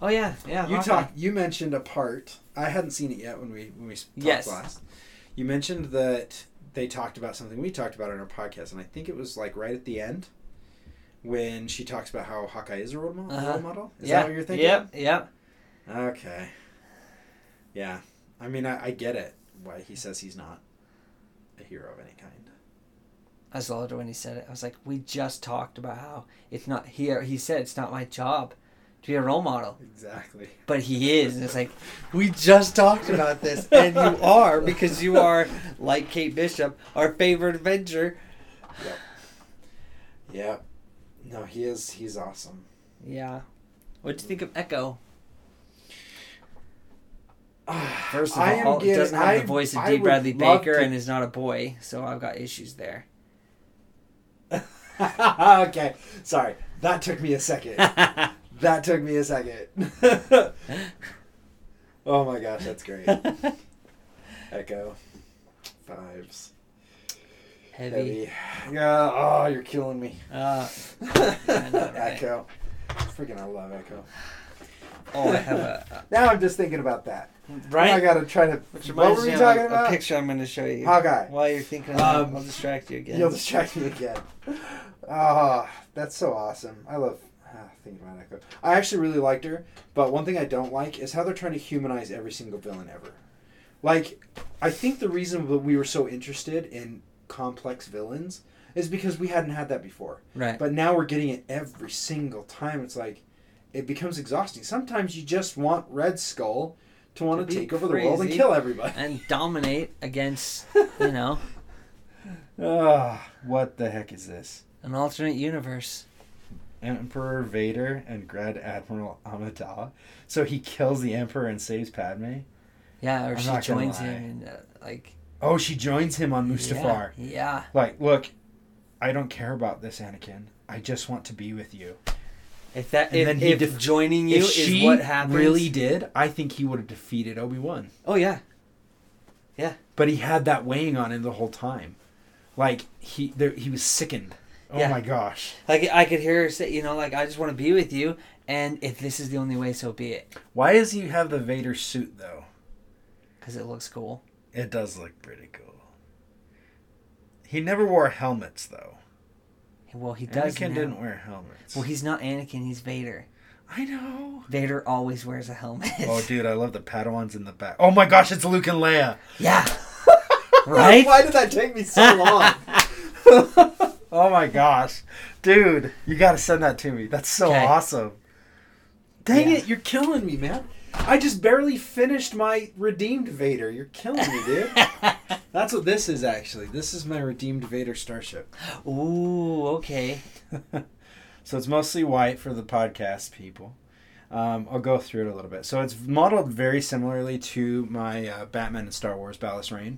Oh yeah, yeah.
you
Hawkeye.
talked. You mentioned a part. I hadn't seen it yet when we when we talked
Yes.
last. You mentioned that they talked about something we talked about on our podcast, and I think it was like right at the end when she talks about how Hawkeye is a role model.
Uh-huh.
Role model. Is
yeah.
that what you're thinking?
Yep. Yep.
Okay. Yeah. I mean, I, I get it. Why he says he's not a hero of any kind.
I was older when he said it. I was like, we just talked about how it's not here. He said it's not my job to be a role model,
Exactly.
but he is. And it's like, we just talked about this, and you are because you are like Kate Bishop, our favorite Avenger.
Yep. No, he is. He's awesome.
Yeah. What do you think of Echo? First
First
of all, it doesn't have the voice of D. Bradley Baker and is not a boy, so I've got issues there.
okay, sorry. That took me a second. that took me a second. oh my gosh, that's great. Echo. Fives.
Heavy.
Heavy. Yeah. Oh, you're killing me.
Uh, I know, right?
Echo. Freaking, I love Echo.
oh, I have a.
Now I'm just thinking about that. Now I
right?
gotta try to.
Which
what
Oh reminds
were
me
we
of
talking
a,
about?
a picture I'm going to show you.
Hawkeye.
While you're thinking, of that,
Um,
I'll distract you again.
You'll distract me again. Ah, that's so awesome. I love ah, thinking about Echo. I actually really liked her, but one thing I don't like is how they're trying to humanize every single villain ever. Like, I think the reason that we were so interested in complex villains is because we hadn't had that before.
right.
But now we're getting it every single time. It's like it becomes exhausting. Sometimes you just want Red Skull to
To
want to
be
take over the world and
crazy.
kill everybody.
and dominate against, you know,
Ah, what the heck is this?
an alternate universe.
Emperor Vader and Grand Admiral Amidala. So he kills the Emperor and saves Padme.
Yeah, or
I'm
she
not gonna
joins
lie.
him and, uh, like.
Oh, she joins him on Mustafar.
Yeah. yeah.
Like, look, I don't care about this, Anakin. I just want to be with you.
If that
And
if,
then he
if
def-
joining you is what happens.
really did, I think he would have defeated Obi Wan.
oh yeah,
But he had that weighing on him the whole time. Like he, there, he was sickened. Oh
Yeah.
my gosh!
like I could hear her say, you know, like I just want to be with you, and if this is the only way, so be it,
Why does he have the Vader suit though?
because it looks cool.
It does look pretty cool. He never wore helmets though.
Well, he does.
Anakin
now.
didn't wear helmets.
Well, he's not Anakin. He's Vader.
I know.
Vader always wears a helmet.
Oh, dude, I love the Padawans in the back. Oh my gosh, it's Luke and Leia.
yeah. Right?
Why did that take me so long? oh my gosh, dude, you gotta send that to me. That's so
'Kay.
awesome. Dang
Yeah.
it, you're killing me, man. I just barely finished my redeemed Vader. You're killing me, dude. That's what this is actually. This is my redeemed Vader starship.
Ooh, okay.
So it's mostly white for the podcast people. Um, I'll go through it a little bit. So it's modeled very similarly to my uh, Batman and Star Wars Ballast Rain.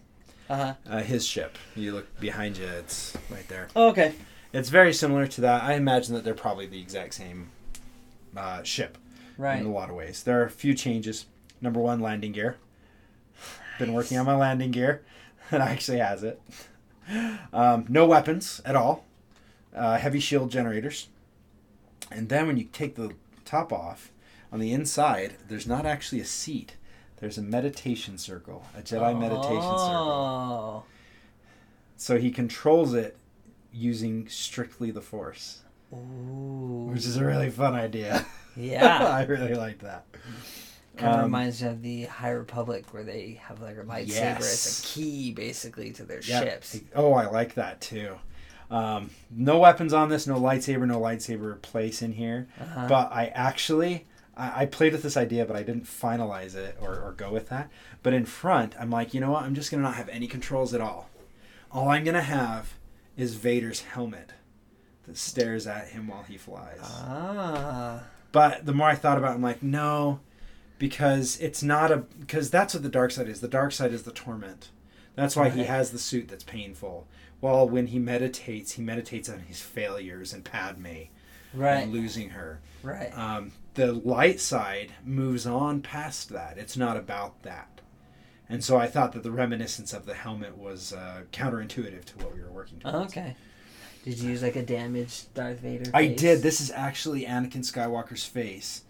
Uh huh.
Uh, his ship. You look behind you; it's right there.
okay.
It's very similar to that. I imagine that they're probably the exact same uh, ship in
Right.
a lot of ways. There are a few changes. Number one, landing gear. Been working on my landing gear. It actually has it. Um, no weapons at all. Uh, heavy shield generators. And then when you take the top off, on the inside, there's not actually a seat. There's a meditation circle, a Jedi meditation circle.
Oh.
So he controls it using strictly the Force,
Ooh.
which is a really fun idea.
yeah.
I really like that.
Kind of
Um,
reminds me of the High Republic where they have like a lightsaber.
Yes.
It's a key basically to their
Yeah.
ships.
Oh, I like that too. Um, no weapons on this, no lightsaber, no lightsaber place in here.
Uh-huh.
But I actually, I, I played with this idea, but I didn't finalize it or, or go with that. But in front, I'm like, you know what? I'm just gonna not have any controls at all. All I'm gonna have is Vader's helmet that stares at him while he flies.
ah.
But the more I thought about it, I'm like, no, because it's not a because that's what the dark side is. The dark side is the torment. That's why he
Right.
has the suit that's painful. Well, when he meditates, he meditates on his failures and Padme
Right.
and losing her.
Right.
Um, the light side moves on past that. It's not about that. And so I thought that the reminiscence of the helmet was uh, counterintuitive to what we were working towards.
Oh, okay. Did you use like a damaged Darth Vader?
I
face?
did. This is actually Anakin Skywalker's face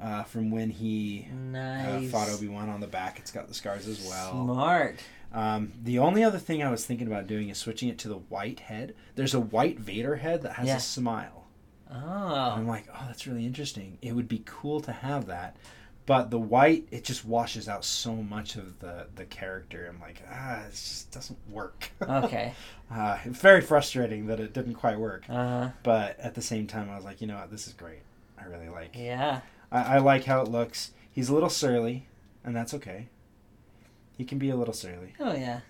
uh, from when he uh,
nice.
fought Obi Wan on the back. It's got the scars as well.
Smart.
Um, the only other thing I was thinking about doing is switching it to the white head. There's a white Vader head that has
Yeah.
a smile. And
Oh.
I'm like, oh, that's really interesting. It would be cool to have that. But the white, it just washes out so much of the, the character. I'm like, ah, it just doesn't work.
Okay.
uh, it's very frustrating that it didn't quite work.
Uh huh.
But at the same time, I was like, you know what, this is great. I really like.
Yeah.
I, I like how it looks. He's a little surly, and that's okay. He can be a little surly.
Oh yeah.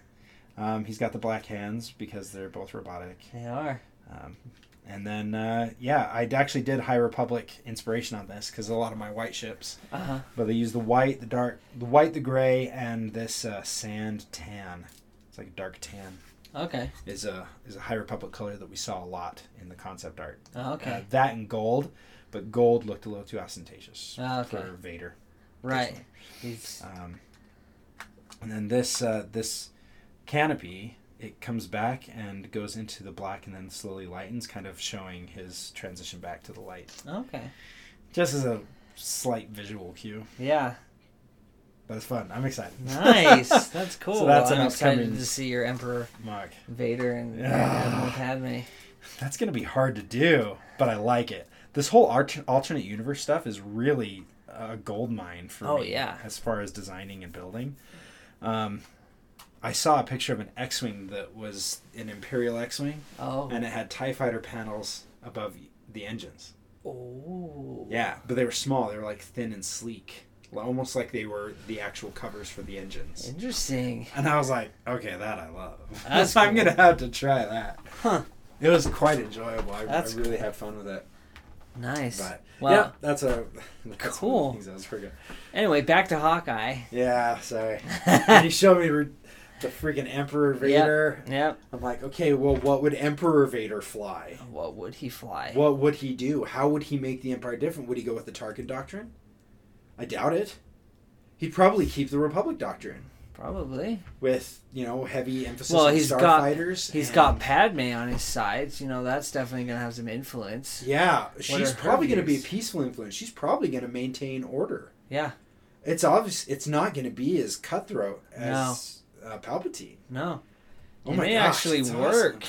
Um, he's got the black hands because they're both robotic.
They are.
Um, and then, uh, yeah, I actually did High Republic inspiration on this because a lot of my white ships,
Uh huh.
but they use the white, the dark, the white, the gray, and this uh, sand tan. It's like a dark tan.
Okay.
Is a is a High Republic color that we saw a lot in the concept art.
Oh,
Uh,
okay.
that and gold, but gold looked a little too ostentatious
Oh, okay.
Uh, for Vader.
right. He's-
Um, and then this uh, this canopy it comes back and goes into the black and then slowly lightens, kind of showing his transition back to the light,
okay.
just as a slight visual cue.
Yeah.
But it's fun. I'm excited.
Nice. That's cool.
So that's
I'm
an
excited
upcoming-
to see your Emperor
Mark.
Vader and
Yeah.
Admiral Padme.
That's gonna be hard to do, but I like it. This whole art- alternate universe stuff is really a gold mine for
Oh,
me
yeah.
as far as designing and building. Um, I saw a picture of an X-wing that was an Imperial X-wing,
Oh.
and it had Tie Fighter panels above the engines.
oh.
Yeah, but they were small. They were like thin and sleek, Like- almost like they were the actual covers for the engines.
Interesting.
And I was like, okay, that I love.
That's
I'm
cool.
gonna have to try that.
Huh.
It was quite enjoyable. I,
That's
I really had fun with it.
Nice.
But
Wow.
yeah, that's a that's one of the
Cool.
things I was forgetting.
Anyway, back to Hawkeye.
Yeah, sorry. When you showed me re- the freaking Emperor Vader,
Yep.
I'm like, okay, well, what would Emperor Vader fly?
What would he fly?
What would he do? How would he make the Empire different? Would he go with the Tarkin Doctrine? I doubt it. He'd probably keep the Republic Doctrine
Probably.
with you know heavy emphasis
Well,
on
he's got-
starfighters.
He's
and-
got Padme on his side. You know, that's definitely going to have some influence.
Yeah,
are
she's
her
probably going to be a
views?
peaceful influence. She's probably going to maintain order.
Yeah.
It's obvious. It's not going to be as cutthroat as uh, Palpatine.
No.
Oh
it
my
may
gosh,
actually
it's awesome.
work.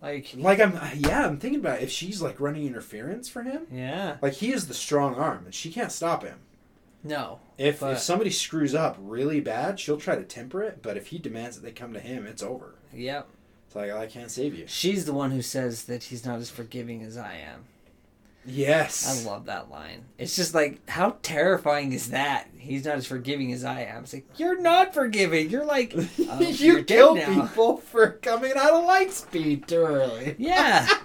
Like,
Like I'm, yeah, I'm thinking about if she's like running interference for him.
yeah.
Like he is the strong arm, and she can't stop him.
No.
If
But-
if somebody screws up really bad, she'll try to temper it. But if he demands that they come to him, it's over.
Yep.
It's like I can't save you.
She's the one who says that he's not as forgiving as I am. I
Yes,
love that line. It's just like, how terrifying is that? He's not as forgiving as I am. It's like, you're not forgiving. You're like, um, you're
you
dead
kill
now.
people for coming out of light speed too early.
Yeah.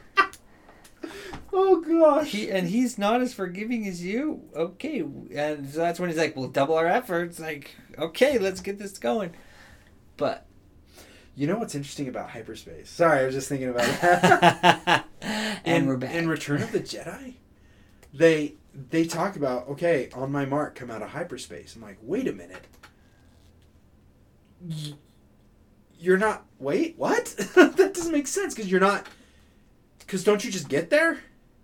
Oh gosh.
He, and he's not as forgiving as you. Okay, and so that's when he's like, "We'll double our efforts." Like, okay, let's get this going. But
You know what's interesting about hyperspace? Sorry, I was just thinking about that.
and
in,
we're back.
In Return of the Jedi, they they talk about okay, on my mark, come out of hyperspace. I'm like, wait a minute. Y- You're not. Wait, what? that doesn't make sense because you're not. Because don't you just get there?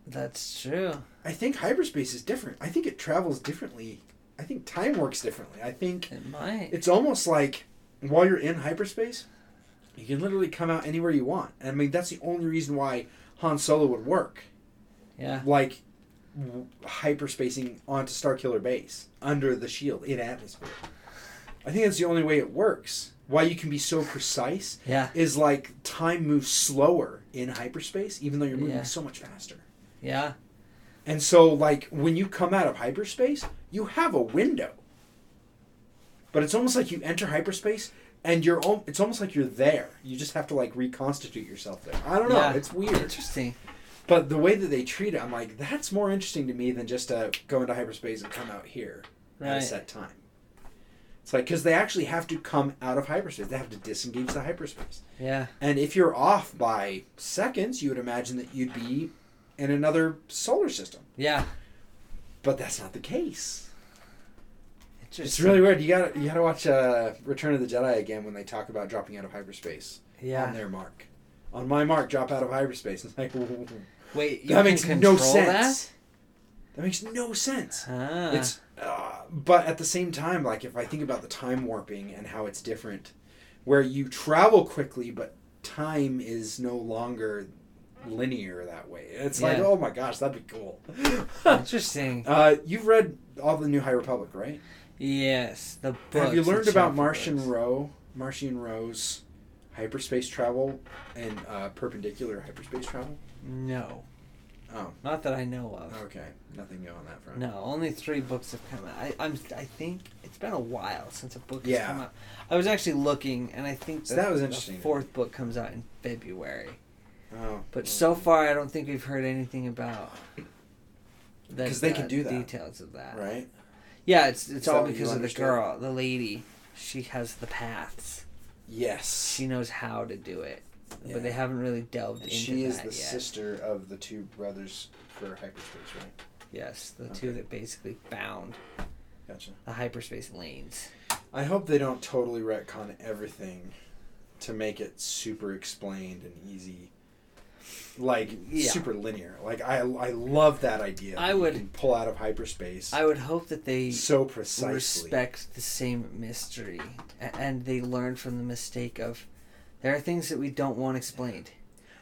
that's true.
I think hyperspace is different. I think it travels differently. I think time works differently. I think
It might.
it's almost like while you're in hyperspace, you can literally come out anywhere you want. And I mean, that's the only reason why Han Solo would work.
Yeah.
Like w- hyperspacing onto Starkiller Base under the shield in atmosphere. I think that's the only way it works. Why you can be so precise
Yeah.
is like time moves slower in hyperspace, even though you're moving
Yeah.
so much faster.
Yeah.
And so, like, when you come out of hyperspace, you have a window. But it's almost like you enter hyperspace and you're, al- it's almost like you're there. You just have to, like, reconstitute yourself there. I don't know.
Yeah.
It's weird.
Interesting.
But the way that they treat it, I'm like, that's more interesting to me than just uh, go into hyperspace and come out here at a
Right.
set time. It's like, because they actually have to come out of hyperspace, they have to disengage the hyperspace.
Yeah.
And if you're off by seconds, you would imagine that you'd be in another solar system.
Yeah.
But that's not the case.
Just,
It's really weird. You got to you got to watch uh, Return of the Jedi again when they talk about dropping out of hyperspace
yeah.
on their mark. On my mark, drop out of hyperspace. It's like
Wait, you
That
can
makes no
control
sense. that makes no sense.
That? Ah.
It's uh, but at the same time, like if I think about the time warping and how it's different, where you travel quickly, but time is no longer linear that way. It's like,
Yeah.
oh my gosh, that'd be cool.
interesting.
uh, you've read all the New High Republic, right?
Yes, the books.
Have you
the
learned about
chapter
Martian
books.
Row, Martian Row's hyperspace travel and uh, perpendicular hyperspace travel?
No.
Oh.
Not that I know of.
Okay, nothing new on that front.
No, only three books have come out. I, I'm, I think it's been a while since a book
Yeah.
has come out. I was actually looking, and I think
So
the-
that was
the
interesting.
fourth book comes out in February,
Oh,
but so far I don't think we've heard anything about. the-
'Cause they
the
could do that.
Details of that.
right?
Yeah, it's it's
Is that
all
what you
because of the
understood?
girl, the lady. She has the paths.
Yes.
She knows how to do it,
Yeah.
but they haven't really delved
And
into
she is
that
the
yet.
sister of the two brothers for hyperspace, right?
Yes, the two
Okay.
that basically bound
Gotcha.
the hyperspace lanes.
I hope they don't totally retcon everything to make it super explained and easy. Like
Yeah.
super linear. Like I, I love that idea.
I
that you
would-
can pull out of hyperspace
I would hope that they
so precisely.
respect the same mystery a- and they learn from the mistake of there are things that we don't want explained.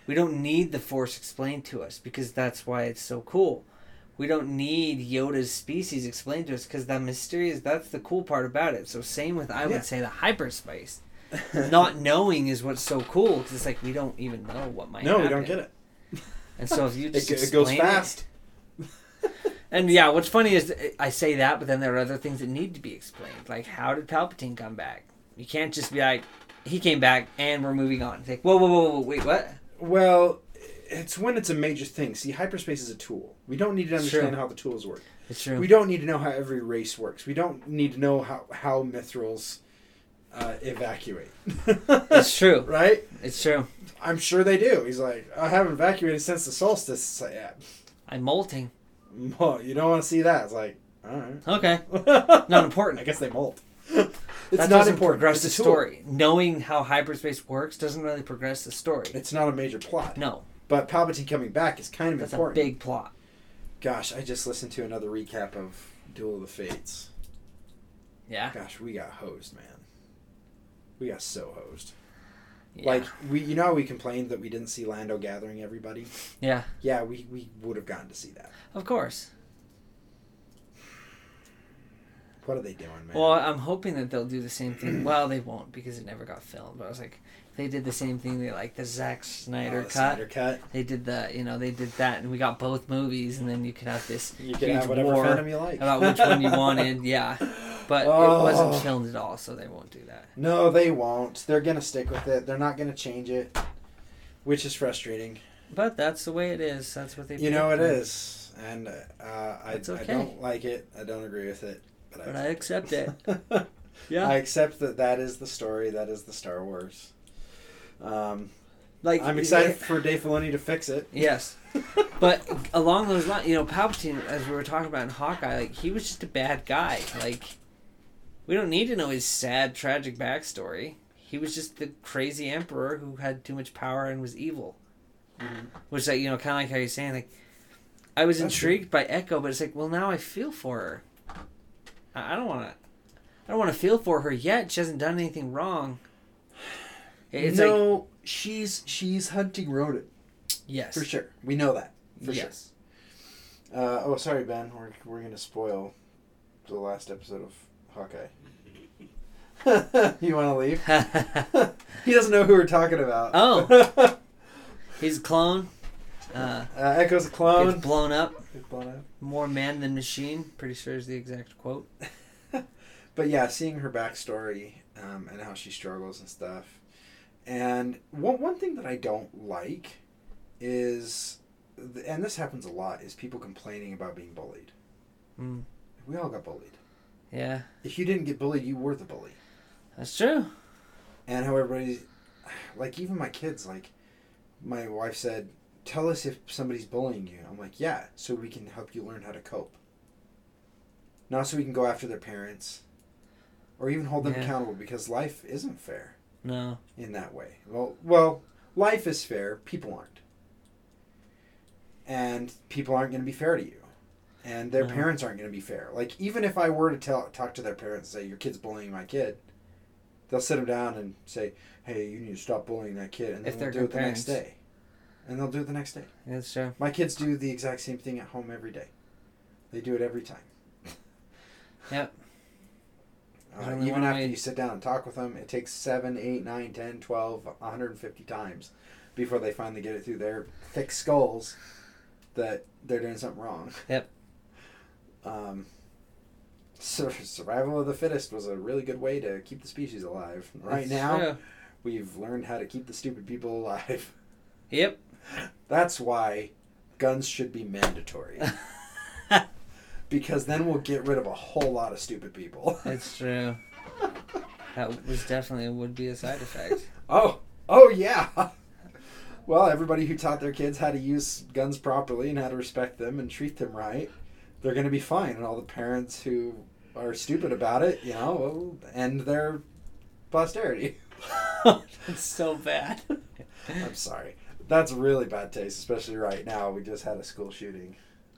We don't need the force explained to us because that's why it's so cool. We don't need Yoda's species explained to us because that mysterious that's the cool part about it. So same with I
Yeah.
would say the hyperspace. Not knowing is what's so cool because it's like we don't even know what might
no, we
happen.
don't get it.
And so if you
It,
just
g- it goes
explain it-
fast.
and yeah, what's funny is I say that, but then there are other things that need to be explained. Like, how did Palpatine come back? You can't just be like, he came back and we're moving on. It's like, whoa, whoa, whoa, whoa, wait, what?
Well, it's when it's a major thing. See, hyperspace is a tool. We don't need to understand
Sure.
how the tools work.
It's true.
We don't need to know how every race works. We don't need to know how how mithrils uh, evacuate.
It's true.
right?
It's true.
I'm sure they do. He's like, I haven't evacuated since the solstice. It's like, yeah,
I'm molting.
well, you don't want to see that. It's like, all right.
Okay.
not
important.
I guess they molt. it's not
That doesn't
important.
Progress
It's
the
a tool.
story. Knowing how hyperspace works doesn't really progress the story.
It's not a major plot.
no,
But Palpatine coming back is kind of
that's
important.
a big plot.
Gosh, I just listened to another recap of Duel of the Fates.
Yeah.
Gosh, we got hosed, man. We got so hosed.
Yeah.
Like we, you know, how we complained that we didn't see Lando gathering everybody.
yeah,
Yeah, we we would have gotten to see that.
of course.
What are they doing, man? Uh,
Well, I'm hoping that they'll do the same thing. well, they won't because it never got filmed. But I was like, if they did the same thing. They like the Zack Snyder
Oh, the
cut.
Snyder cut.
They did the, you know, they did that, and we got both movies, and then you could have this
You
huge
can have whatever
war
fandom you like.
about which one you wanted. Yeah, but it
Oh.
wasn't filmed at all, so they won't do that.
No, they won't. They're gonna stick with it. They're not gonna change it, which is frustrating.
But that's the way it is. That's what they.
You know it
picked.
is, and uh, I,
It's
I
okay.
don't like it. I don't agree with it, but,
But I accept it.
it.
Yeah,
I accept that that is the story. That is the Star Wars. Um,
like
I'm excited for Dave Filoni to fix it.
Yes, but along those lines, you know, Palpatine, as we were talking about in Hawkeye, like he was just a bad guy. Like we don't need to know his sad, tragic backstory. He was just the crazy emperor who had too much power and was evil.
Mhm.
Which, like, you know, kind of like how you're saying, like, I was
That's
intrigued by Echo, but it's like, well, now I feel for her. I, I don't want to. I don't want to feel for her yet. She hasn't done anything wrong. It's like
she's she's hunting rodent
yes,
for sure. We know that for sure.
yes.
Uh, oh, sorry, Ben. We're, we're gonna spoil the last episode of Hawkeye. you want to leave? he doesn't know who we're talking about.
Oh.
uh,
He's a clone. Uh,
Echo's a clone.
Gets blown up.
Gets blown up.
More man than machine. Pretty sure is the exact quote.
But yeah, seeing her backstory um, and how she struggles and stuff. And one one thing that I don't like is, th- and this happens a lot, is people complaining about being bullied. Hmm.
Mm,
We all got bullied.
yeah,
If you didn't get bullied, you were the bully.
that's true.
and how everybody's like even my kids like my wife said tell us if somebody's bullying you i'm like yeah so we can help you learn how to cope not so we can go after their parents or even hold them
Yeah.
accountable because life isn't fair
No.
in that way. Well, well, life is fair. People aren't, and people aren't going to be fair to you, and their
No.
parents aren't going to be fair. Like even if I were to tell talk to their parents and say your kid's bullying my kid, they'll sit them down and say, "Hey, you need to stop bullying that kid," and
If
then
they're
they'll do
good
it the next
parents.
day, and they'll do it the next day.
Yeah, That's true.
My kids do the exact same thing at home every day. They do it every time.
Yep. There's
Uh,
only
even
one
after
way-
you sit down and talk with them, it takes 7, 8, 9, 10, 12, 150 times before they finally get it through their thick skulls that they're doing something wrong.
Yep.
Um, sur- survival of the fittest was a really good way to keep the species alive. Right
That's
now,
true.
we've learned how to keep the stupid people alive.
Yep.
That's why guns should be mandatory. because then we'll get rid of a whole lot of stupid people.
That's true. That was definitely would be a side effect.
Oh, oh yeah. Well, everybody who taught their kids how to use guns properly and how to respect them and treat them right, they're going to be fine. And all the parents who are stupid about it, you know, will end their posterity.
That's so bad.
I'm sorry. That's really bad taste, especially right now. We just had a school shooting.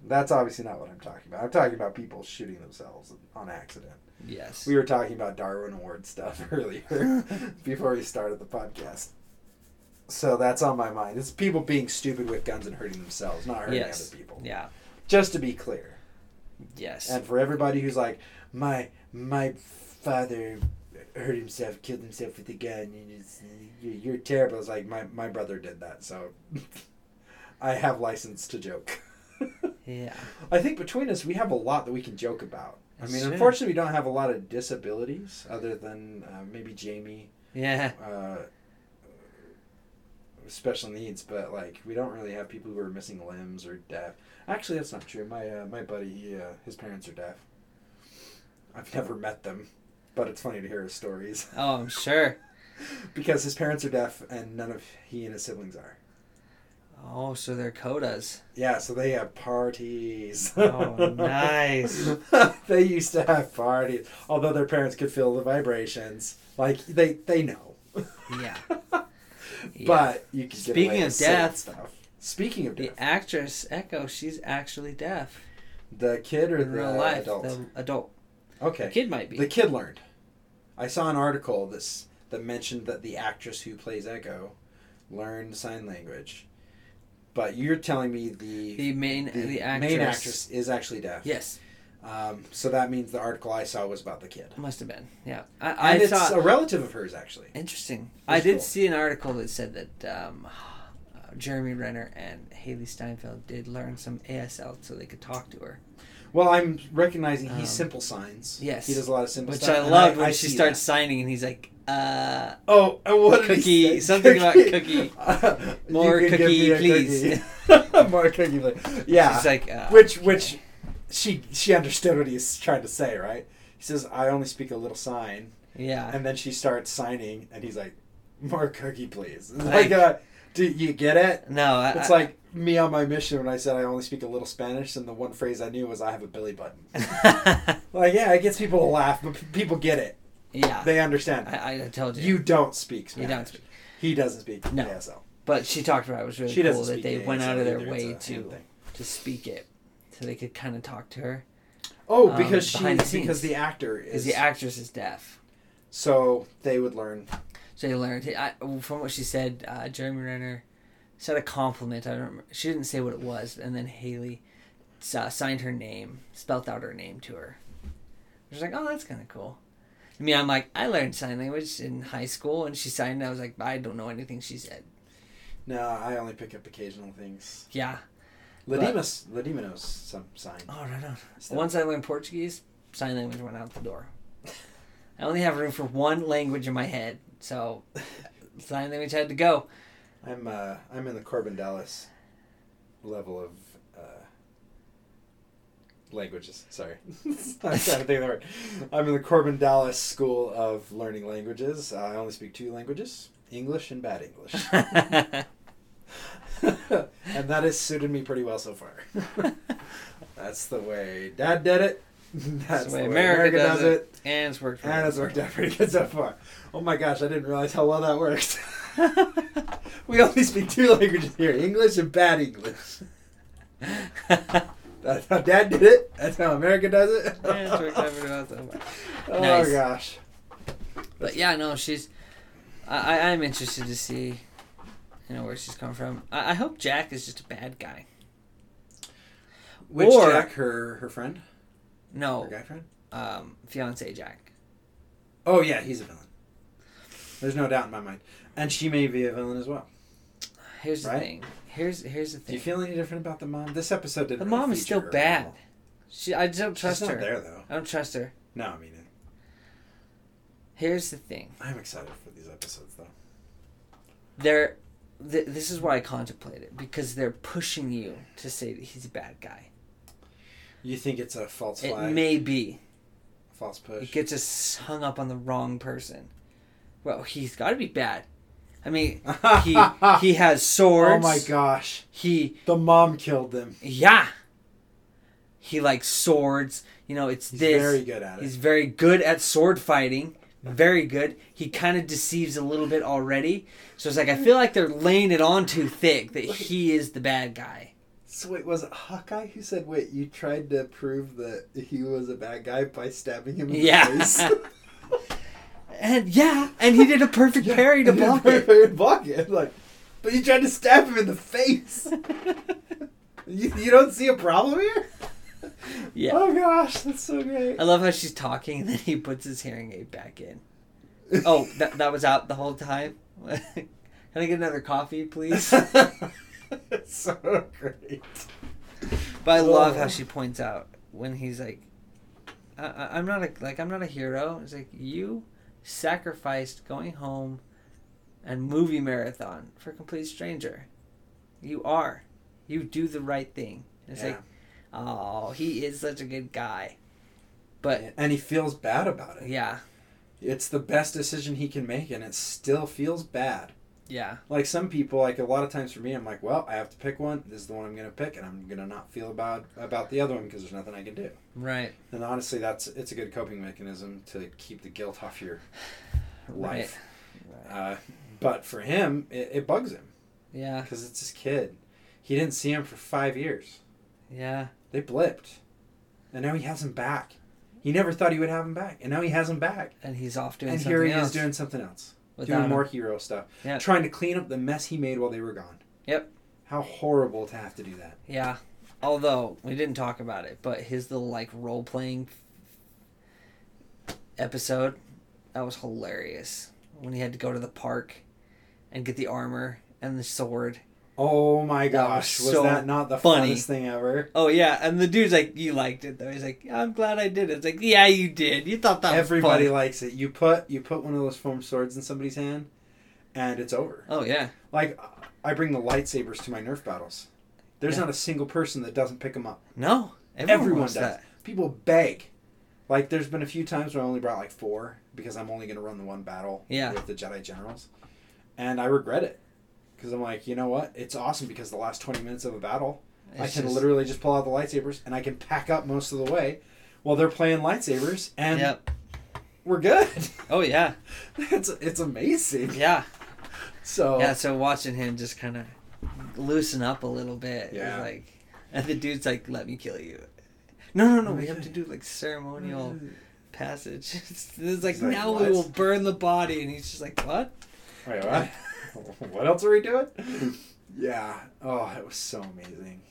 That's obviously not what I'm talking about. I'm talking about people shooting themselves on accident.
Yes.
We were talking about Darwin Award stuff earlier before we started the podcast. So that's on my mind. It's people being stupid with guns and hurting themselves, not hurting
Yes.
other people.
Yeah.
Just to be clear.
Yes.
And for everybody who's like, my my father hurt himself, killed himself with a gun, and it's, you're, you're terrible. It's like, my, my brother did that, so I have license to joke.
yeah.
I think between us, we have a lot that we can joke about. I mean,
Sure.
unfortunately, we don't have a lot of disabilities other than uh, maybe Jamie,
Yeah.
uh, special needs, but like we don't really have people who are missing limbs or deaf. Actually, that's not true. My uh, my buddy, he, uh, his parents are deaf. I've never met them, but it's funny to hear his stories
Oh, I'm sure.
because his parents are deaf and none of he and his siblings are.
Oh, so they're codas.
Yeah, so they have parties.
Oh, nice.
they used to have parties, although their parents could feel the vibrations. Like they they know,
Yeah. Yeah.
but you could get away
Speaking
with
of
saying
death-
stuff. Speaking of
the
death,
actress Echo, she's actually deaf
the kid or
in
the
real life.
adult?
The adult. The
okay,
kid might be.
the kid learned. I saw an article this that mentioned that the actress who plays Echo learned sign language, but you're telling me the
the main the, actress.
main actress is actually deaf.
Yes,
Um, so that means the article I saw was about the kid.
must have been. Yeah, I,
And
I
it's
thought
a relative of hers, actually.
interesting. I
That's
did
cool.
see an article that said that um, uh, Jeremy Renner and Haley Steinfeld did learn some ASL so they could talk to her,
Well, I'm recognizing he's
Um,
simple signs.
yes.
He does a lot of simple
which
stuff.
I
and
loved when she
see
starts
that.
signing and he's like, uh,
Oh, and what did he
Cookie,
say?
something about cookie.
You
More
can give
cookie,
me a
please.
cookie. More cookie, please. Yeah.
she's like, uh,
which, which, she she understood what he's trying to say, right? He says, "I only speak a little sign,"
yeah,
and then she starts signing, and he's like, "More cookie, please." It's like,
Like-
uh, do you get it?
no, I,
It's
I-
like me on my mission when I said I only speak a little Spanish, and the one phrase I knew was "I have a belly button." Like, yeah, it gets people to laugh, but p- people get it.
yeah,
They understand.
I, I told you,
You don't speak
you
Spanish.
don't speak.
He doesn't speak
No.
ASL.
But she talked about it was really
She
cool
doesn't
that
speak
they went
ASL
out of their
either.
way
It's a hand
to
thing.
to speak it, so they could kind of talk to her.
Oh,
um,
because she
behind the
because
scenes.
the actor is
Because the actress is deaf,
so they would learn.
so they learned. I, from what she said, uh, Jeremy Renner said a compliment. I don't. Remember. She didn't say what it was, and then Haley uh, signed her name, spelt out her name to her. I was like, oh, that's kind of cool. I mean, I'm like, I learned sign language in high school, and she signed. I was like, I don't know anything she said.
No, I only pick up occasional things.
Yeah. But-
Ladimus Ladima knows some sign.
Oh, right on.
stuff.
Once I learned Portuguese, sign language went out the door. I only have room for one language in my head, so sign language had to go.
I'm uh, I'm in the Corbin Dallas level of uh, languages. Sorry, I'm trying to think of the word. I'm in the Corbin Dallas school of learning languages. Uh, I only speak two languages: English and bad English, and that has suited me pretty well so far. That's the way Dad did it. That's
the way America does it. And it's worked. for
And it's
us.
worked out pretty good so far. Oh my gosh, I didn't realize how well that works. we only speak two languages here English and bad English. That's how Dad did it. That's how America does it.
Yeah, it's worked out for us so far.
Oh
Nice.
gosh.
But yeah, no, she's. I I- I'm interested to see, you know, where she's come from. I, I hope Jack is just a bad guy.
Which
Or-
Jack, her her friend, her
No,
guy friend?
um, fiance Jack.
Oh yeah, he's a villain. There's no doubt in my mind, and she may be a villain as well.
Here's the
Right?
thing. Here's here's the
Do
thing.
you feel any different about the mom? This episode didn't.
the
really
mom is
feature
still
her at
bad.
all.
She I don't trust
She's
her.
not there though.
I don't trust her.
No, I mean,
Here's the thing.
I'm excited for these episodes though.
they're th- this is why I contemplate it because they're pushing you to say that he's a bad guy.
You think it's a false
it
flag,
may be.
false push?
It gets us hung up on the wrong person. Well, he's got to be bad. I mean, he he has swords.
Oh my gosh,
He
the mom killed them.
yeah. He likes swords. You know, it's
He's
this.
very good at it.
He's very good at sword fighting. Very good. He kind of deceives a little bit already. So it's like I feel like they're laying it on too thick that he is the bad guy.
So wait, was it Hawkeye who said, "Wait, you tried to prove that he was a bad guy by stabbing him in
Yeah.
the face"?
And yeah, and he did a perfect
Yeah,
parry to
he did
block
parry-
it.
parry to block it, Like, but you tried to stab him in the face. you, you don't see a problem here?
yeah.
Oh gosh, that's so great.
I love how she's talking and then he puts his hearing aid back in. Oh, that, that was out the whole time? Can I get another coffee, please?
It's so great.
But I love how
Oh.
she points out when he's like, I, I, "I'm not a like I'm not a hero." It's like you sacrificed going home and movie marathon for a complete stranger. You are, you do the right thing. And it's like, oh, he is such a good guy, but
and he feels bad about it.
yeah,
It's the best decision he can make, and it still feels bad.
yeah,
Like some people, like a lot of times for me, I'm like, well, I have to pick one. This is the one I'm gonna pick, and I'm gonna not feel bad about the other one because there's nothing I can do.
right,
And honestly, that's it's a good coping mechanism to keep the guilt off your life.
Right.
Uh, but for him, it, it bugs him
yeah,
because it's his kid. He didn't see him for five years.
yeah,
They blipped, and now he has him back. He never thought he would have him back, and now he has him back.
and he's off doing
and
something
here he
else.
is doing something else,
without
doing
him.
more hero stuff,
Yeah.
trying to clean up the mess he made while they were gone.
Yep.
How horrible to have to do that.
Yeah. Although we didn't talk about it, but his little like role playing episode that was hilarious when he had to go to the park and get the armor and the sword.
Oh my
That was
gosh, was,
so
that not the
funny.
funnest thing ever?
Oh yeah, and the dude's like, "You liked it though." He's like, "I'm glad I did." it." It's like, "Yeah, you did. You thought that
Everybody
was funny."
likes it. You put you put one of those foam swords in somebody's hand, and it's over.
Oh yeah,
Like I bring the lightsabers to my Nerf battles. There's
Yeah.
not a single person that doesn't pick them up.
no, everyone,
Everyone,
wants
does.
that.
People beg. Like there's been a few times where I only brought like four because I'm only going to run the one battle
Yeah.
with the Jedi generals, and I regret it because I'm like, you know what? It's awesome because the last 20 minutes of a battle, I
It's
can
just-
literally just pull out the lightsabers and I can pack up most of the way while they're playing lightsabers, and
Yep.
we're good.
Oh yeah,
it's it's amazing.
yeah,
So
yeah. So watching him just kind of loosen up a little bit, it was
Yeah.
like, and the dude's like, "Let me kill you." No, no, no.
Oh my
we have
God.
to do like ceremonial passage. It's like,
He's like,
now we
"What?"
will burn the body, and he's just like, what?
Wait, what? what else are we doing? yeah. Oh, it was so amazing.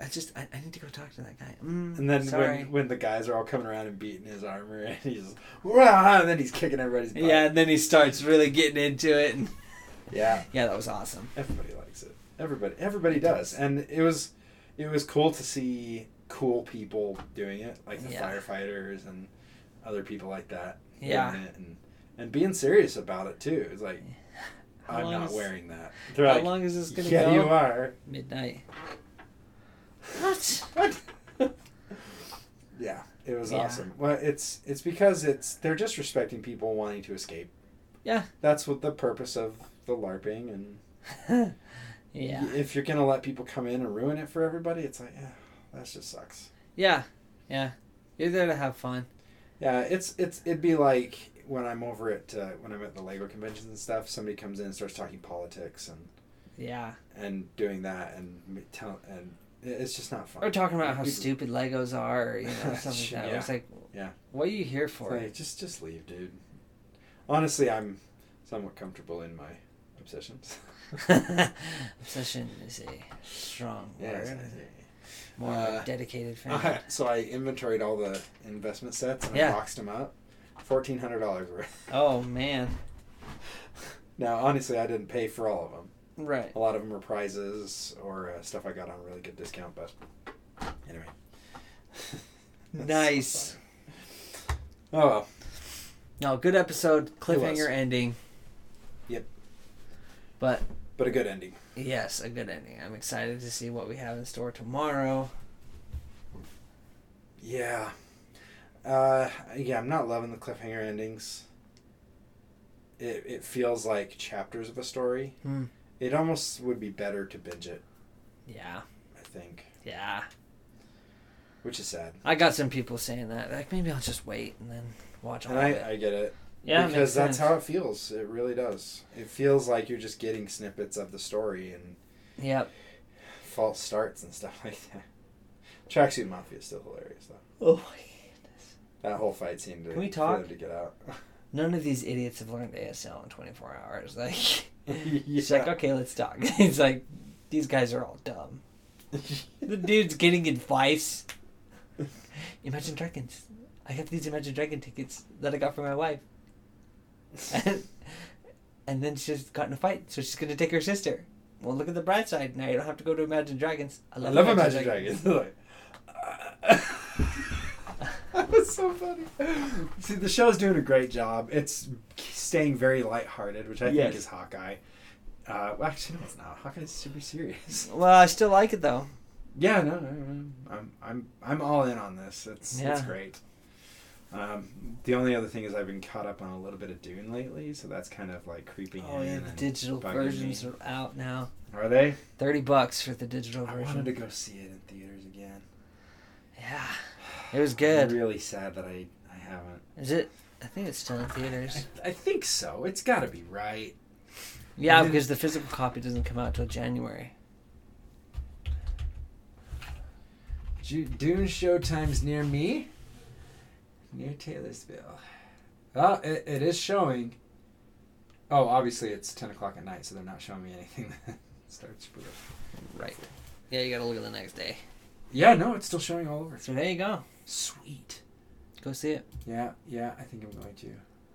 I just, I, I need to go talk to that guy. Mm,
And then
sorry.
when, when the guys are all coming around and beating his armor, and he's Wah! and then he's kicking everybody's butt.
yeah, and then he starts really getting into it, and
yeah.
yeah, that was awesome.
Everybody likes it. Everybody, everybody does. And it was, it was cool to see cool people doing it, like the
Yeah.
firefighters and other people like that. doing
Yeah.
it and and being serious about it too. It's like
How
I'm
long
not
is-
wearing that. They're
How
like,
long is this gonna
yeah,
go?
you are.
Midnight. What?
What? yeah, it was
Yeah.
awesome. Well, it's it's because it's they're just respecting people wanting to escape.
Yeah.
That's what the purpose of the LARPing and
yeah.
y- if you're gonna let people come in and ruin it for everybody, it's like, yeah, that just sucks.
Yeah. Yeah. You're there to have fun.
Yeah, it's it's it'd be like when I'm over at uh, when I'm at the Lego conventions and stuff. Somebody comes in and starts talking politics and
Yeah.
and doing that and m- tell and it- it's just not fun.
Or talking about how
People-
stupid Legos are, or, you know, something like that.
Yeah.
It's like,
Yeah.
what are you here
It's
for?
like, just just leave, dude. Honestly, I'm somewhat comfortable in my obsessions.
Obsession is a strong
Yeah,
word.
it's-
More
Uh,
dedicated fan.
Uh, so I inventoried all the investment sets and
Yeah.
I boxed them up. Fourteen hundred dollars worth.
oh man,
Now, honestly, I didn't pay for all of them.
right?
A lot of them were prizes or uh, stuff I got on really good discount. But anyway, That's so
Nice.
funny. oh well.
No, good episode. Cliffhanger ending.
Yep.
But
but a good ending.
yes, a good ending. I'm excited to see what we have in store tomorrow.
Yeah. Uh, yeah, I'm not loving the cliffhanger endings. It, it feels like chapters of a story.
Hmm.
It almost would be better to binge it,
Yeah,
I think,
yeah.
which is sad.
I got some people saying that. Like maybe I'll just wait and then watch all
And
of
I,
it.
I get it.
yeah, it
because
makes
that's
sense.
how it feels. It really does. It feels like you're just getting snippets of the story and
Yep.
false starts and stuff like that. Tracksuit Mafia is still hilarious though.
Oh.
That whole fight scene. To,
Can we
for
talk?
them to get out.
None of these idiots have learned ASL in 24 hours. Like,
Yeah.
it's like okay, let's talk. It's like these guys are all dumb. The dude's getting advice. Imagine Dragons. I got these Imagine Dragon tickets that I got for my wife, and, and then she just got in a fight, so she's gonna take her sister. Well, look at the bright side. Now you don't have to go to Imagine Dragons.
I love Imagine Dragons. Like, that was so funny. See, the show's doing a great job. It's staying very lighthearted, which I
Yes.
think is Hawkeye. Uh, well, actually, no, it's not. Hawkeye's super serious.
Well, I still like it though.
Yeah, no, no, no. I'm, I'm, I'm all in on this. It's, it's
Yeah.
great. Um, the only other thing is I've been caught up on a little bit of Dune lately, so that's kind of like creeping
Oh
in.
yeah, the
and
digital
bugging
versions
me.
are out now.
Are they?
Thirty bucks for the digital
I
version.
wanted to go see it in theaters again.
Yeah, it was
I'm
good.
really sad that I, I haven't.
Is it? I think it's still in theaters.
I, I think so. It's got to be right.
Yeah,
Yeah.
because the physical copy doesn't come out till January.
Ju- Dune Showtime's near me, near Taylorsville. Oh, it, it is showing. Oh, obviously it's ten o'clock at night, so they're not showing me anything that starts. With
Right. Yeah, you gotta look at the next day.
Yeah, no, it's still showing all over.
So there you go.
Sweet.
Go see it.
Yeah, yeah, I think I'm going to.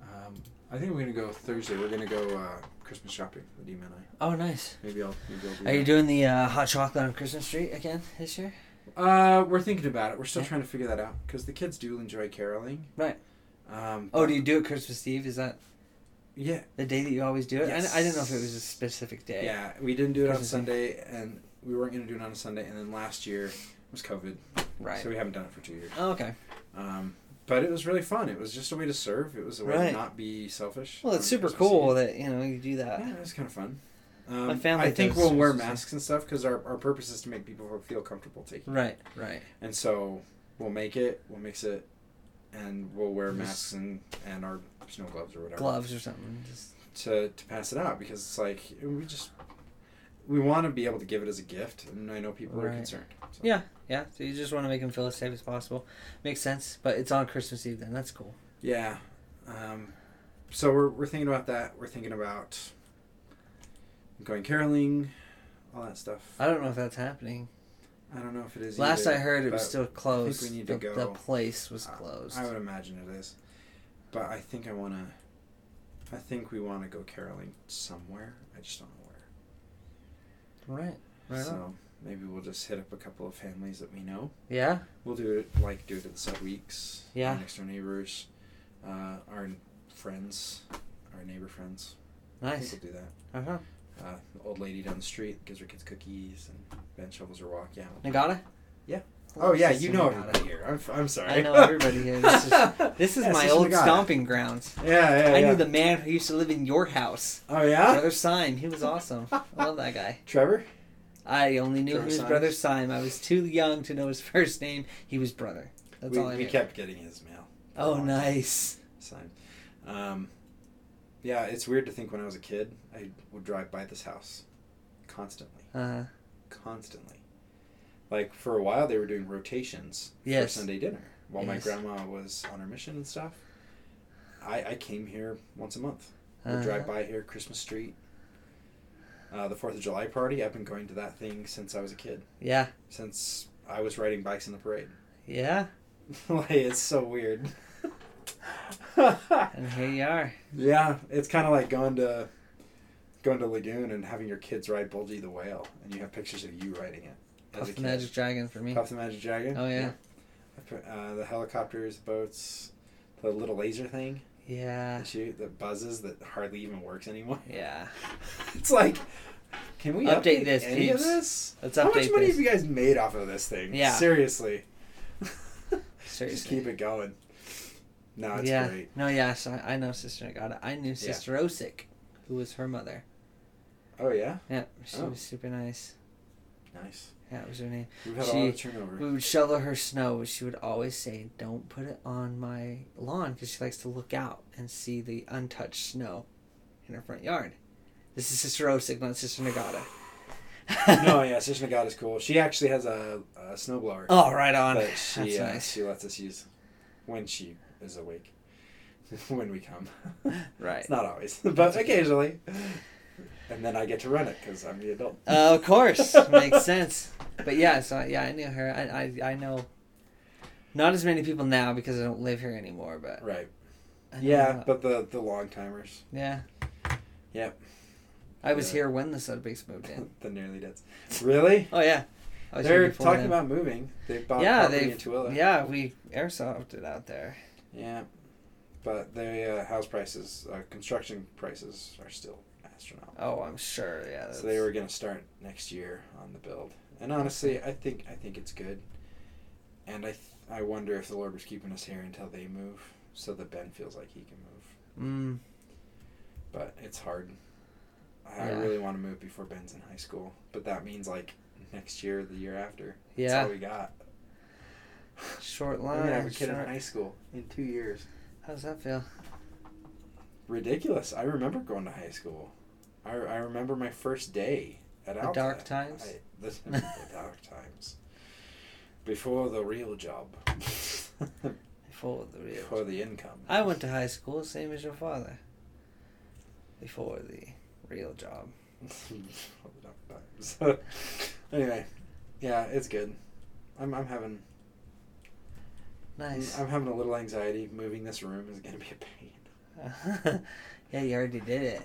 Um, I think we're gonna go Thursday. We're gonna go uh, Christmas shopping with Dima and I.
Oh, nice.
Maybe I'll. Maybe I'll do
Are you
that.
doing the uh, hot chocolate on Christmas tree again this year?
Uh, we're thinking about it. We're still
Yeah.
trying to figure that out because the kids do enjoy caroling.
Right.
Um,
Oh, do you do it Christmas Eve? Is that
yeah,
the day that you always do it? I-
Yes.
I, didn't know if it was a specific day.
Yeah, we didn't do it on
Christmas Eve.
Sunday, and we weren't going to do it on a Sunday. And then last year was COVID,
Right.
so we haven't done it for two years.
oh, okay.
Um, but it was really fun. It was just a way to serve. It was a way
Right.
to not be selfish.
Well,
on
it's super
Christmas
cool
Eve.
that you know you do that. uh,
Yeah, it was kind of fun. Um,
My family
I think
does
we'll wear
Christmas Eve.
masks and stuff because our, our purpose is to make people feel comfortable taking. it.
Right. Right.
And so we'll make it. We'll mix it, and we'll wear
Just-
masks and, and our snow gloves or whatever
Gloves or something. Just
to to pass it out because it's like we just we want to be able to give it as a gift, and I know people are
Right.
concerned. So.
Yeah. yeah. So you just want to make them feel as safe as possible. Makes sense. But it's on Christmas Eve then. That's cool.
Yeah. Um, so we're we're thinking about that. We're thinking about going caroling, all that stuff.
I don't know if that's happening.
I don't know if it is.
Last
either,
I heard, it was
but
still closed.
we need to
the,
go.
the place was
I-
closed.
I would imagine it is, but I think I want to. I think we want to go caroling somewhere. I just don't know where.
right. Right.
so
on.
maybe we'll just hit up a couple of families that we know.
Yeah.
We'll do it like do it at the sub weeks.
Yeah.
Our next door neighbors, uh, our friends, our neighbor friends. I
Nice.
think we'll do that.
Uh huh.
Uh, the old lady down the street gives her kids cookies and Ben shovels her walk. Yeah. we'll-
Nagata.
Yeah.
Well,
Oh yeah,
this
you
is
know
Nagata.
everybody here. I'm, f- I'm sorry.
I know everybody here. This is, this is
Yeah,
my
Sister
old
Nagata.
stomping grounds.
Yeah, yeah, yeah.
I knew the man who used to live in your house.
Oh yeah.
Brother Syme. He was awesome. I love that guy.
Trevor.
I only knew
Brother
he was
Syme?
Brother Syme. I was too young to know his first name. He was brother. That's
we,
all I
we
knew.
kept getting his mail.
Oh, nice.
Signed. Um, yeah, it's weird to think when I was a kid, I would drive by this house constantly,
Uh,
constantly. Like for a while, they were doing rotations
Yes.
for Sunday dinner while my
Yes.
grandma was on her mission and stuff. I, I came here once a month.
uh,
We'll drive by here, Christmas Street. Uh, the Fourth of July party. I've been going to that thing since I was a kid.
Yeah,
Since I was riding bikes in the parade.
yeah,
like it's so weird.
and here you are.
yeah, it's kind of like going to going to Lagoon and having your kids ride Bulgy the whale, and you have pictures of you riding it.
Puff the Magic Dragon for me.
Puff the Magic Dragon.
Oh, yeah.
Uh, the helicopters, boats, the little laser thing
Yeah,
that, shoot, that buzzes that hardly even works anymore.
Ah. yeah.
It's like, can we
Update
update,
this,
any
peeps.
of this?
Let's
How
update
much money
this.
have you guys made off of this thing?
Yeah.
seriously. Just
Seriously.
keep it going. No, it's
yeah.
great.
No, yeah. So I, I know Sister Nagata. I knew Sister Osick, who was her mother.
Oh yeah,
Yep, she
Oh.
was super nice.
nice.
That was her name.
We've had a lot of
She-
turnover.
We would shovel her snow. She would always say, "Don't put it on my lawn," because she likes to look out and see the untouched snow in her front yard. This is Sister Osick, not Sister Nagata.
no, yeah, Sister God is cool. She actually has a, a snowblower
Oh, right on.
that she
That's
uh,
nice.
she lets us use when she is awake. when we come,
Right.
it's not always, but occasionally. And then I get to run it because I'm the adult.
Uh, of course, makes sense. But yeah, so yeah, I knew her. I, I I know. Not as many people now because I don't live here anymore, but
Right.
I know
Yeah,
about-
but the the long timers,
yeah,
Yep.
I was
Yeah.
here when the Sudbigs moved in.
the nearly deads. Really?
Oh yeah, I was here
They're
before
talking
then.
about moving. They bought
Yeah,
property
they've-
in Tooele.
Yeah, we airsofted out there.
Yeah, but the uh, house prices, uh, construction prices are still astronomical.
Oh, I'm sure. Yeah.
So they
that's-
were gonna start next year on the build, and honestly, I think I think it's good. And I th- I wonder if the Lord was keeping us here until they move, so that Ben feels like he can move.
Mm,
But it's hard. I
Yeah.
really want to move before Ben's in high school, but that means like next year, the year after. That's
yeah.
all we got.
Short
We're gonna have a
line.
kid in
Short...
high school in two years.
How does that feel?
Ridiculous. I remember going to high school. I, I remember my first day at
The
Alta.
dark times?
I, the, the dark times. Before the real job.
Before the real.
Before the income.
I went to high school, same as your father. Before the real job.
Before the dark times. anyway, yeah, it's good. I'm, I'm having Mm,
Nice.
I'm having a little anxiety. Moving this room is gonna be a pain.
yeah, you already did it.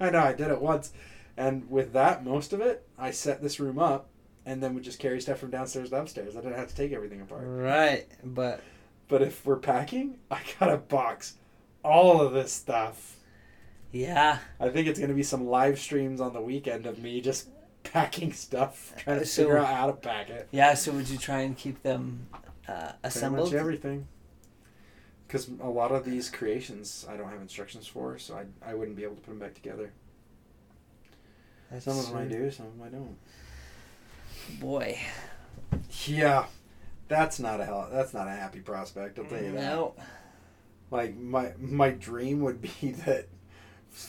I know I did it once, and with that most of it, I set this room up, and then we just carry stuff from downstairs to upstairs. I didn't have to take everything apart.
Right, but
But if we're packing, I gotta box all of this stuff.
yeah.
I think it's gonna be some live streams on the weekend of me just packing stuff, trying to
So-
figure out how to pack it.
Yeah, so would you try and keep them uh,
Pretty
assembled?
much everything. Because a lot of these creations I don't have instructions for, so I, I wouldn't be able to put them back together.
That's
Some of them I
sweet.
do, some of them I don't.
Boy.
Yeah, that's not a hell. That's not a happy prospect. I'll tell you that.
No.
like my my dream would be that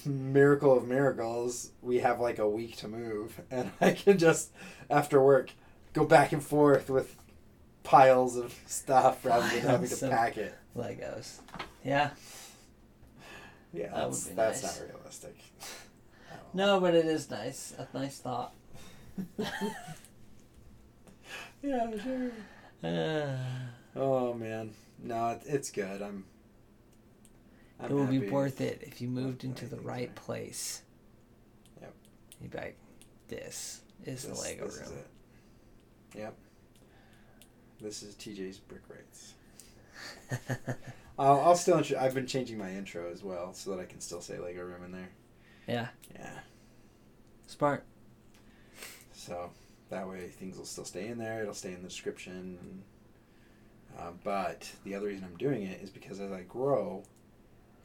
miracle of miracles we have like a week to move and i can just after work go back and forth with piles of stuff rather than having
Piles
to
of-
pack it
Legos. Yeah.
yeah
That would
that's,
be
that's
nice.
not realistic At all.
No, but it is nice. A nice thought.
yeah sure
Uh, it
oh man no it, it's good i'm, I'm
will be
happy.
worth it if you moved into the
Anything,
right
sorry.
place.
Yep.
You'd be like, this is the
This-
Lego
this is
room.
it. yep this is tj's brick rights I'll, I'll still. Intro- I've been changing my intro as well so that I can still say Lego Room in there.
Yeah.
Yeah.
Smart.
So that way things will still stay in there. It'll stay in the description. And, uh, but the other reason I'm doing it is because as I grow,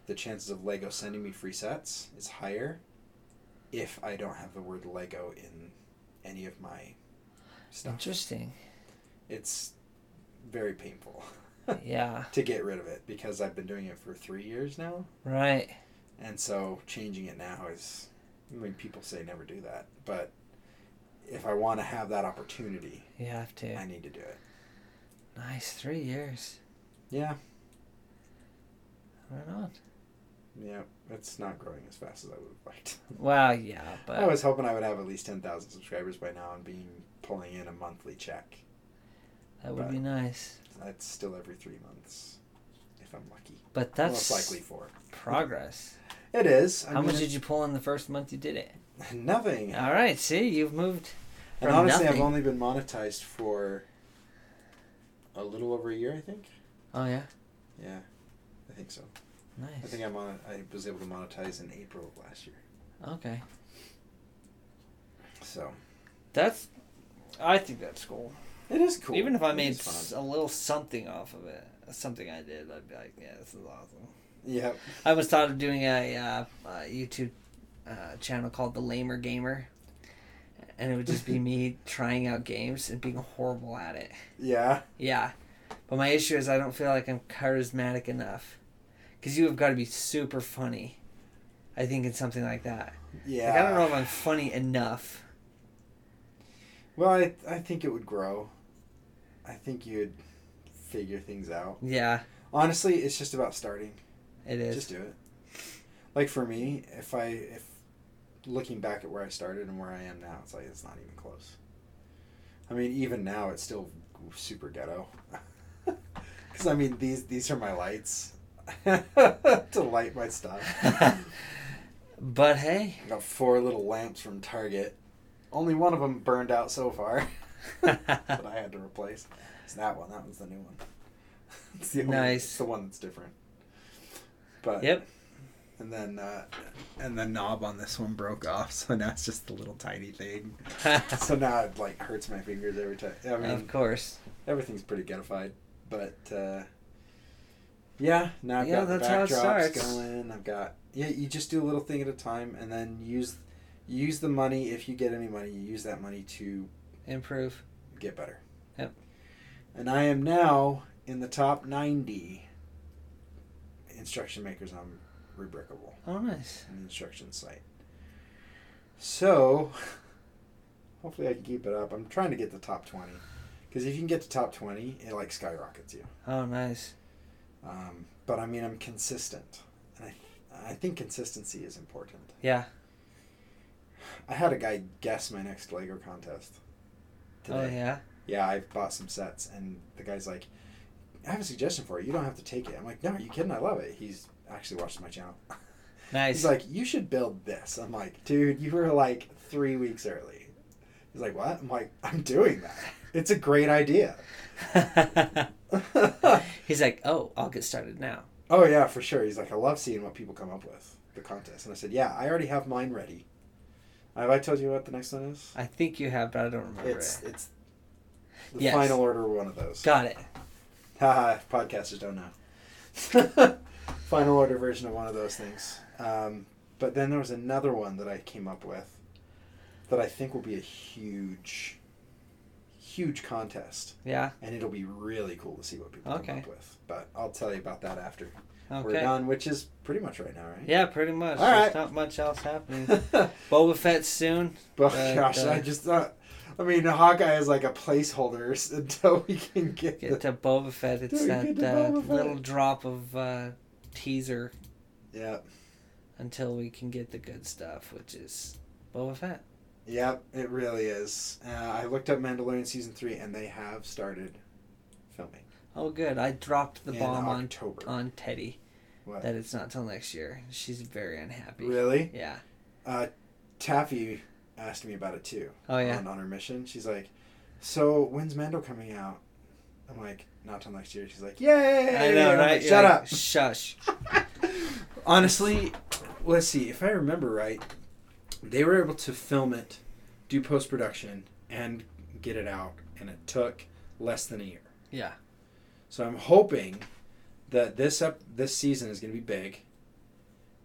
the chances of Lego sending me free sets is higher if I don't have the word Lego in any of my stuff.
Interesting.
It's very painful.
yeah.
to get rid of it because I've been doing it for three years now,
Right.
and so changing it now is. I mean, people say never do that, but if I want to have that opportunity,
You have to.
I need to do it.
Nice. Three years.
Yeah,
Right on.
yeah, it's not growing as fast as I would have liked.
Well, yeah, but
I was hoping I would have at least ten thousand subscribers by now and being pulling in a monthly check.
that would
but-
be nice.
That's still every three months, if I'm lucky.
But
most
that's
likely four.
progress.
It is. I
How
mean,
much
it-
did you pull in the first month you did it?
Nothing.
All right. See, you've moved.
And
From
honestly,
nothing.
I've only been monetized for a little over a year, I think.
Oh yeah.
Yeah, I think so.
Nice.
I think I'm on. I was able to monetize in April of last year.
okay.
So
That's. I think that's cool.
it is cool.
Even if I
It
made
is fun.
s- a little something off of it, something I did, I'd be like, yeah, this is awesome.
yeah,
I was thought of doing a uh, uh, YouTube uh, channel called The Lamer Gamer, and it would just be me trying out games and being horrible at it.
yeah,
Yeah, but my issue is I don't feel like I'm charismatic enough, because you have got to be super funny. I think in something like that.
yeah.
Like I don't know if I'm funny enough.
Well, I I think it would grow. I think you'd figure things out.
Yeah,
Honestly, it's just about starting.
it is.
Just do it. Like for me, if I if looking back at where I started and where I am now, it's like it's not even close. I mean, even now it's still super ghetto. Because I mean, these these are my lights to light my stuff.
but hey,
I got four little lamps from Target. Only one of them burned out so far that I had to replace. It's that one. That one's the new one. It's the only-
Nice.
it's the one that's different. But
yep.
and then uh, and the knob on this one broke off, so now it's just the little tiny thing. so now it like hurts my fingers every time. I
of
mean,
course.
everything's pretty ghettoified, but uh, yeah, now I've
Yeah,
got
that's
the
how it
backdrops
starts.
going. I've got yeah, you just do a little thing at a time, and then use use the money if you get any money. You use that money to
Improve.
get better.
Yep.
And I am now in the top ninety instruction makers on Rubrickable
Oh, nice.
an instruction site. So, hopefully I can keep it up. I'm trying to get the top 20. Because if you can get to top 20, it like skyrockets you.
Oh, nice.
Um, but I mean, I'm consistent. And I, I think consistency is important.
Yeah.
I had a guy guess my next Lego contest today.
Oh, yeah.
yeah, I bought some sets, and the guy's like, I have a suggestion for you. You don't have to take it. I'm like, no, are you kidding? I love it. He's actually watched my channel.
Nice.
He's like, you should build this. I'm like, dude, you were like three weeks early. He's like, what? I'm like, I'm doing that. It's a great idea. oh
He's like, oh, I'll get started now.
yeah, for sure. He's like, I love seeing what people come up with the contest. And I said, yeah, I already have mine ready. Have I told you what the next one is?
I think you have, but I don't remember
It's
it.
it's the
Yes.
final order of one of those.
Got it.
Haha, podcasters don't know. Final order version of one of those things. Um, but then there was another one that I came up with that I think will be a huge, huge contest.
Yeah.
And it'll be really cool to see what people come
Okay.
up with. But I'll tell you about that after we're
Okay.
done, which is pretty much right now, right?
Yeah, pretty much.
All
There's
right.
not much else happening. Boba Fett soon.
but
But,
gosh,
uh,
I just thought. I mean, Hawkeye is like a placeholder s- until we can get,
Get
the,
to Boba Fett. It's
Dude,
that
get to
uh,
Boba Fett.
little drop of uh, teaser
yeah.
until we can get the good stuff, which is Boba Fett.
Yep, it really is. Uh, I looked up Mandalorian season three, and they have started filming
Oh, good. I dropped the
in
bomb on
October.
on Teddy
What?
that it's not till next year. She's very unhappy.
really?
Yeah.
Uh, Taffy asked me about it too.
Oh yeah.
On, on her mission, she's like, "So when's Mando coming out?" I'm like, "Not till next year." She's like, "Yay!"
I know,
I'm
right?
like,
You're
Shut
like,
up.
Shush.
Honestly, let's see. If I remember right, they were able to film it, do post production, and get it out, and it took less than a year.
Yeah.
So I'm hoping that this up this season is going to be big.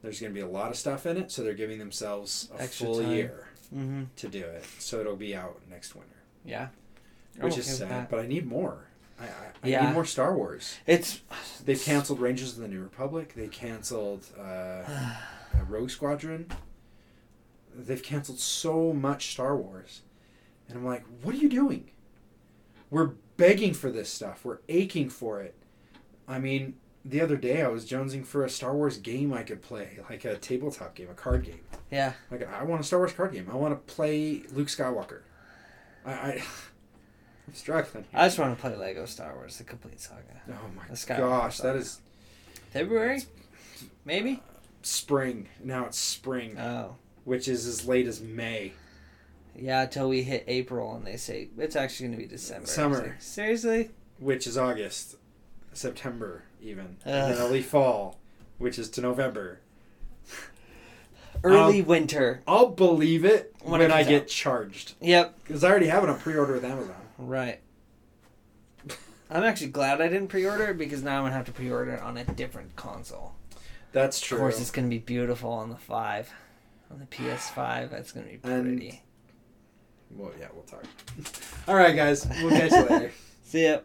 There's going to be a lot of stuff in it, so they're giving themselves a
Extra
full
time.
year
Mm-hmm.
to do it. So it'll be out next winter,
Yeah. I'm
which
okay
is
with
sad.
that.
But I need more. I, I, I
Yeah.
need more Star Wars.
It's
They canceled Rangers of the New Republic. They canceled uh, uh, Rogue Squadron. They've canceled so much Star Wars, and I'm like, what are you doing? We're begging for this stuff. We're aching for it. I mean, the other day I was jonesing for a Star Wars game I could play, like a tabletop game, a card game.
yeah.
Like I want a Star Wars card game. I want to play Luke Skywalker. I, I I'm struggling.
I just want to play Lego Star Wars: The Complete Saga.
oh my
The Skywalker
gosh, that
saga.
is
February, maybe.
spring. Now it's spring,
Oh,
which is as late as May.
yeah. Till we hit April, and they say it's actually going to be December. It's
Summer.
like, Seriously?
which is August, September even, and then
Ugh.
early fall, which is to November. Um,
Early winter.
I'll believe it
When
when,
it
I
comes
get
out.
charged
Yep.
because I already have it on pre-order with Amazon.
Right. I'm actually glad I didn't pre-order it because now I'm gonna have to pre-order it on a different console.
That's true.
Of course, it's gonna be beautiful on the five, on the PS5. That's gonna be
And-
pretty.
Well, yeah, we'll talk. All right, guys, we'll catch you later.
See ya.